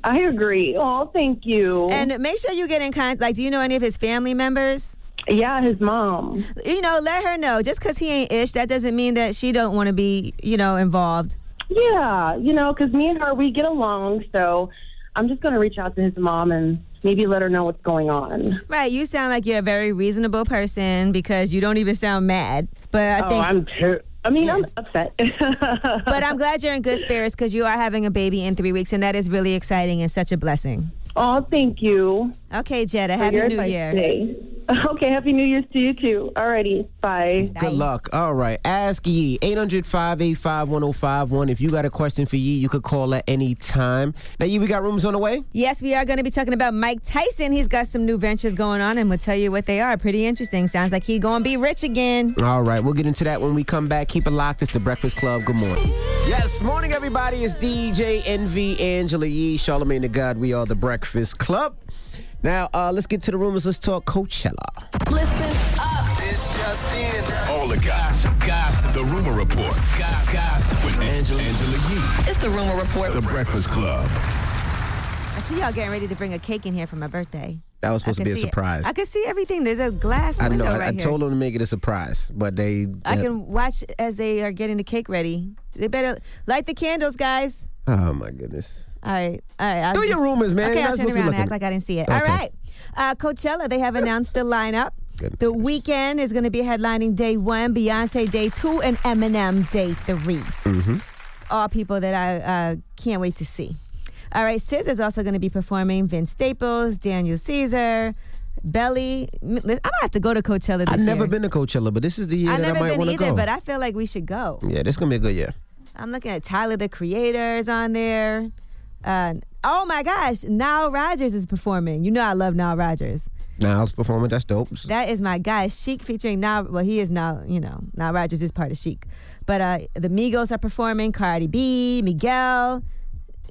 S27: I agree. Oh, thank you.
S2: And make sure you get in contact. Like, do you know any of his family members?
S27: Yeah, his mom.
S2: You know, let her know. Just because he ain't ish, that doesn't mean that she don't want to be, you know, involved.
S27: Yeah, you know, because me and her, we get along. So I'm just going to reach out to his mom and maybe let her know what's going on.
S2: Right. You sound like you're a very reasonable person because you don't even sound mad. But I
S27: oh,
S2: think.
S27: I'm ter- I mean, I'm upset.
S2: but I'm glad you're in good spirits because you are having a baby in three weeks, and that is really exciting and such a blessing.
S27: Oh, thank you.
S2: Okay, Jetta,
S27: For
S2: happy
S27: your
S2: new
S27: advice
S2: year.
S27: today. Okay, happy new year's to you too. Alrighty, bye.
S1: Good luck. All right. Ask Yee. 800 585 1051. If you got a question for Yee, you could call at any time. Now, Yee, we got rooms on the way?
S2: Yes, we are going to be talking about Mike Tyson. He's got some new ventures going on, and we'll tell you what they are. Pretty interesting. Sounds like he going to be rich again.
S1: All right. We'll get into that when we come back. Keep it locked. It's the Breakfast Club. Good morning. Yes, morning, everybody. It's DJ NV, Angela Yee, Charlemagne the God. We are the Breakfast Club. Now, uh, let's get to the rumors. Let's talk Coachella.
S3: Listen up. This just in. All the gossip. Gossip. The rumor report. Gossip. With Angela. Angela Yee. It's the rumor report. The Breakfast Club.
S2: I see y'all getting ready to bring a cake in here for my birthday.
S1: That was supposed
S2: I
S1: to
S2: can
S1: be a
S2: see-
S1: surprise.
S2: I can see everything. There's a glass
S1: I
S2: window
S1: know. I,
S2: right
S1: I
S2: here.
S1: told them to make it a surprise, but they.
S2: I can watch as they are getting the cake ready. They better light the candles, guys.
S1: Oh my goodness.
S2: All right, all right. I'll
S1: Do
S2: just-
S1: your rumors, man.
S2: Okay,
S1: You're not
S2: I'll turn
S1: supposed to be
S2: around and
S1: looking.
S2: act like I didn't see it. All
S1: Okay.
S2: right, uh, Coachella. They have announced the lineup. The weekend is going to be headlining day one, Beyonce day two, and Eminem day three.
S1: Mm-hmm.
S2: all people that I uh, can't wait to see. All right, Sis is also going to be performing Vince Staples, Daniel Caesar, Belly. M- li- I'm gonna have to go to Coachella this
S1: I've never
S2: year.
S1: been to Coachella, but this is the year
S2: I've
S1: that
S2: never
S1: I might
S2: been
S1: want to
S2: either,
S1: go.
S2: but I feel like we should go.
S1: yeah, this is gonna be a good year.
S2: I'm looking at Tyler the Creator is on there. Uh, oh my gosh, Nile Rodgers is performing. You know I love Nile Rodgers.
S1: Niles performing, that's dope.
S2: That is my guy, Chic featuring now. Well, he is now, you know, now Rogers is part of Chic, but uh, the Migos are performing. Cardi B, Miguel,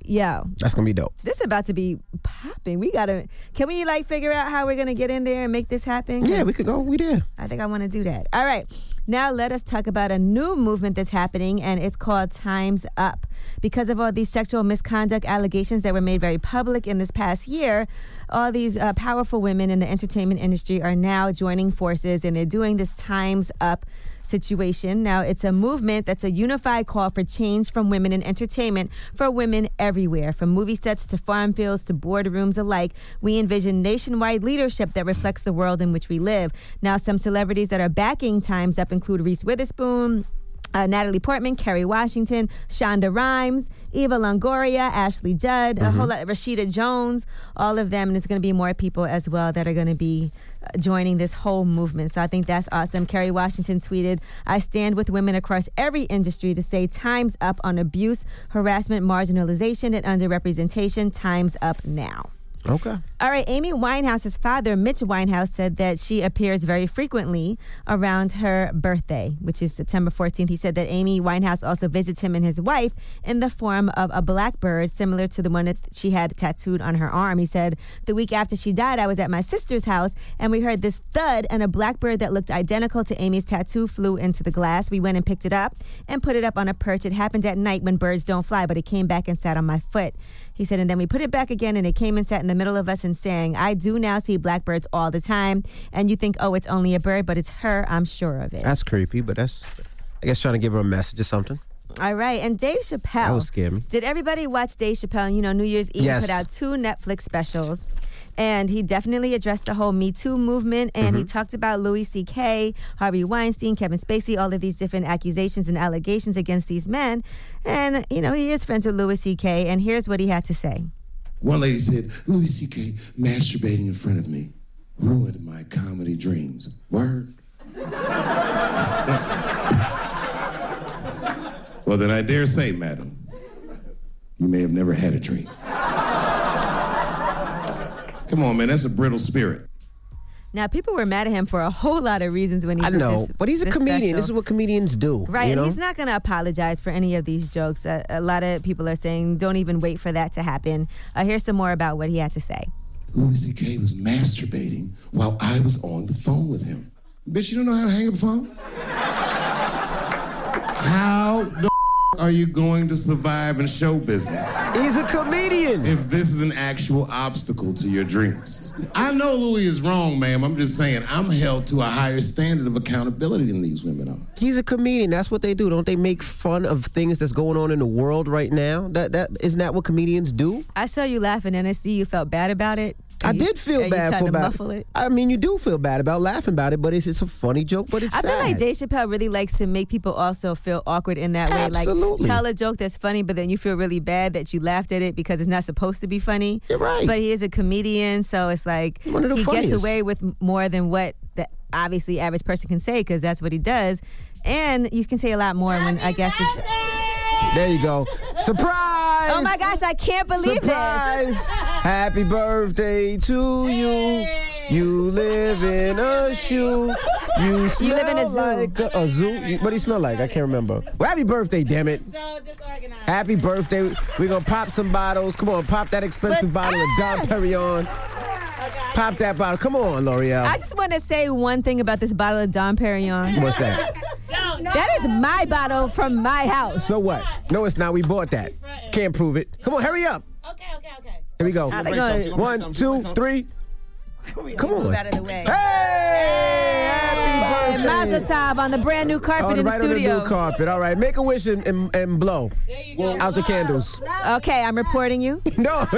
S2: yo,
S1: That's gonna be dope.
S2: this is about to be popping. We gotta. Can we like figure out how we're gonna get in there and make this happen?
S1: Yeah, we could go. We there.
S2: I think I want to do that. All right. Now let us talk about a new movement that's happening, and it's called Times Up. Because of all these sexual misconduct allegations that were made very public in this past year, all these uh, powerful women in the entertainment industry are now joining forces, and they're doing this Times Up situation. Now, it's a movement that's a unified call for change from women in entertainment for women everywhere, from movie sets to farm fields to boardrooms alike. We envision nationwide leadership that reflects the world in which we live. Now, some celebrities that are backing Time's Up include Reese Witherspoon. Uh, Natalie Portman, Kerry Washington, Shonda Rhimes, Eva Longoria, Ashley Judd, a whole lot, Rashida Jones, all of them. And it's going to be more people as well that are going to be uh, joining this whole movement. So I think that's awesome. Kerry Washington tweeted, I stand with women across every industry to say time's up on abuse, harassment, marginalization, and underrepresentation. Time's up now.
S1: Okay.
S2: All right, Amy Winehouse's father, Mitch Winehouse, said that she appears very frequently around her birthday, which is September 14th. He said that Amy Winehouse also visits him and his wife in the form of a blackbird, similar to the one that she had tattooed on her arm. He said, The week after she died, I was at my sister's house and we heard this thud, and a blackbird that looked identical to Amy's tattoo flew into the glass. We went and picked it up and put it up on a perch. It happened at night when birds don't fly, but it came back and sat on my foot. He said, and then we put it back again, and it came and sat in the middle of us and sang, I do now see blackbirds all the time. And you think, oh, it's only a bird, but it's her, I'm sure of it.
S1: That's creepy, but that's I guess trying to give her a message or something.
S2: All right, and Dave Chappelle.
S1: That would scare me.
S2: Did everybody watch Dave Chappelle? You know, New Year's Eve
S1: Yes.
S2: put out two Netflix specials. And he definitely addressed the whole Me Too movement. And he
S1: Mm-hmm.
S27: Mhm.
S2: talked about Louis C.K., Harvey Weinstein, Kevin Spacey, all of these different accusations and allegations against these men. And, you know, he is friends with Louis C.K., and here's what he had to say.
S28: One lady said, Louis C.K. masturbating in front of me ruined my comedy dreams. Word. well, then I dare say, madam, you may have never had a dream. Come on, man. That's a brittle spirit.
S2: Now, people were mad at him for a whole lot of reasons when he
S1: I
S2: did
S1: know,
S2: this-
S1: but he's a
S2: this
S1: comedian.
S2: special.
S1: This is what comedians do.
S2: Right,
S1: you know?
S2: and he's not going to apologize for any of these jokes. A, a lot of people are saying, don't even wait for that to happen. Uh, here's some more about what he had to say.
S28: Louis C.K. was masturbating while I was on the phone with him. Bitch, you don't know how to hang up a phone? how the are you going to survive in show business?
S1: He's a comedian.
S28: If this is an actual obstacle to your dreams. I know Louis is wrong, ma'am. I'm just saying, I'm held to a higher standard of accountability than these women are.
S1: He's a comedian. That's what they do. Don't they make fun of things that's going on in the world right now? That that isn't that what comedians do?
S2: I saw you laughing, and I see you felt bad about it. Are
S1: I
S2: you-
S1: did feel
S2: are you
S1: bad
S2: trying
S1: for
S2: to
S1: about
S2: muffle it.
S1: I mean, you do feel bad about laughing about it, but it's it's a funny joke. But it's
S2: I feel
S1: sad.
S2: like Dave Chappelle really likes to make people also feel awkward in that way.
S1: Absolutely.
S2: Like tell a joke that's funny, but then you feel really bad that you laughed at it because it's not supposed to be funny.
S1: You're right.
S2: But he is a comedian, so it's like
S1: One of the
S2: he gets
S1: funniest.
S2: away with m- more than what the obviously average person can say because that's what he does. And you can say a lot more when I guess the
S1: there you go. Surprise!
S2: Oh my gosh, I can't believe
S1: Surprise!
S2: this.
S1: Happy birthday to you. You live in a shoe. You smell
S2: live in a zoo.
S1: like a, a zoo. You- What do you smell like? I can't remember. Well, happy birthday, damn it. Happy birthday. We're going to pop some bottles. Come on, pop that expensive bottle of Dom Perignon. Pop that bottle. Come on, L'Oreal.
S2: I just want to say one thing about this bottle of Dom Perignon.
S1: What's that?
S2: That is my bottle from my house.
S1: Oh, So what? No, it's not. We bought that. Can't prove it. Come on, hurry up. Okay, okay, okay. Here we
S2: All right,
S1: go.
S2: go.
S1: One, two, three. Come
S2: Move
S1: on.
S2: out of the way.
S1: Hey!
S2: Mazel tov on the brand new carpet
S1: On
S2: in the
S1: right on the
S2: studio.
S1: new carpet. All right, make a wish and, and, and blow out the candles.
S2: Okay, I'm reporting you.
S1: No.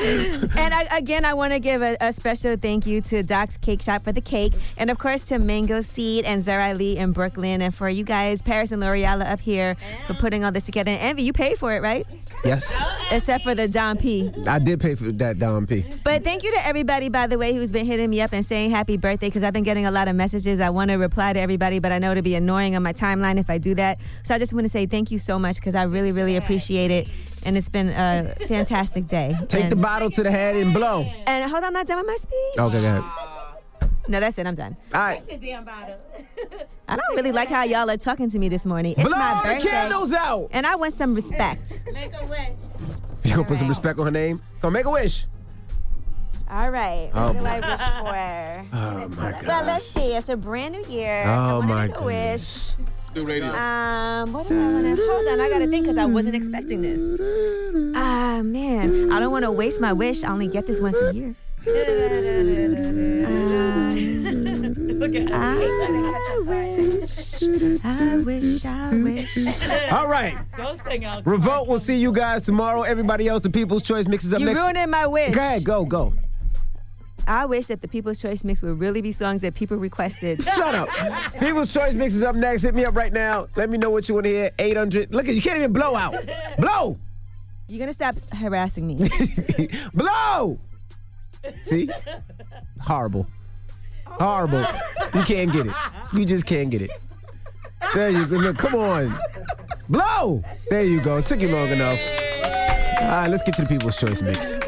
S2: and I, again, I want to give a, a special thank you to Doc's Cake Shop for the cake, and of course to Mango Seed and Zara Lee in Brooklyn, and for you guys, Paris and L'Oreal up here for putting all this together. And Envy, you paid for it, right?
S1: Yes,
S2: Except for the Don P.
S1: I did pay for that, Don P.
S2: But thank you to everybody, by the way, who's been hitting me up and saying happy birthday because I've been getting a lot of messages. I want to reply to everybody, but I know it'll be annoying on my timeline if I do that. So I just want to say thank you so much because I really, really appreciate it. And it's been a fantastic day.
S1: Take the
S2: And-
S1: bottle to the head and blow.
S2: And hold on, I'm not done with my speech.
S1: Okay, go ahead.
S2: No, that's it. I'm done.
S1: All right.
S2: I don't really like how y'all are talking to me this morning. It's
S1: Blow
S2: my
S1: the
S2: birthday.
S1: candles out.
S2: And I want some respect.
S1: You gonna put some respect on her name? Come make a wish.
S2: All right.
S1: Oh,
S2: what do
S1: my-
S2: I wish for?
S1: Oh my
S2: Well,
S1: God.
S2: let's see. It's a brand new year. I
S1: Oh,
S2: wanna
S1: my
S2: make a wish. Um, what do I want to? Hold on, I gotta think because I wasn't expecting this. Ah, man, I don't want to waste my wish. I only get this once a year.
S9: Ah.
S2: I wish, I wish, I wish.
S1: All right.
S29: Go sing uh. out.
S1: Revolt. We'll see you guys tomorrow. Everybody else, the People's Choice mixes up
S2: You
S1: next.
S2: ruining my wish.
S1: Go ahead, go, go.
S2: I wish that the People's Choice mix would really be songs that people requested.
S1: Shut up. People's Choice Mix is up next. Hit me up right now. Let me know what you want to hear. 800. Look at you can't even blow out. Blow.
S2: You're gonna stop harassing me.
S1: Blow. See? Horrible. Horrible. You can't get it. You just can't get it. There you go. Look, come on. Blow. There you go. It took you long enough. All right, let's get to the People's Choice Mix.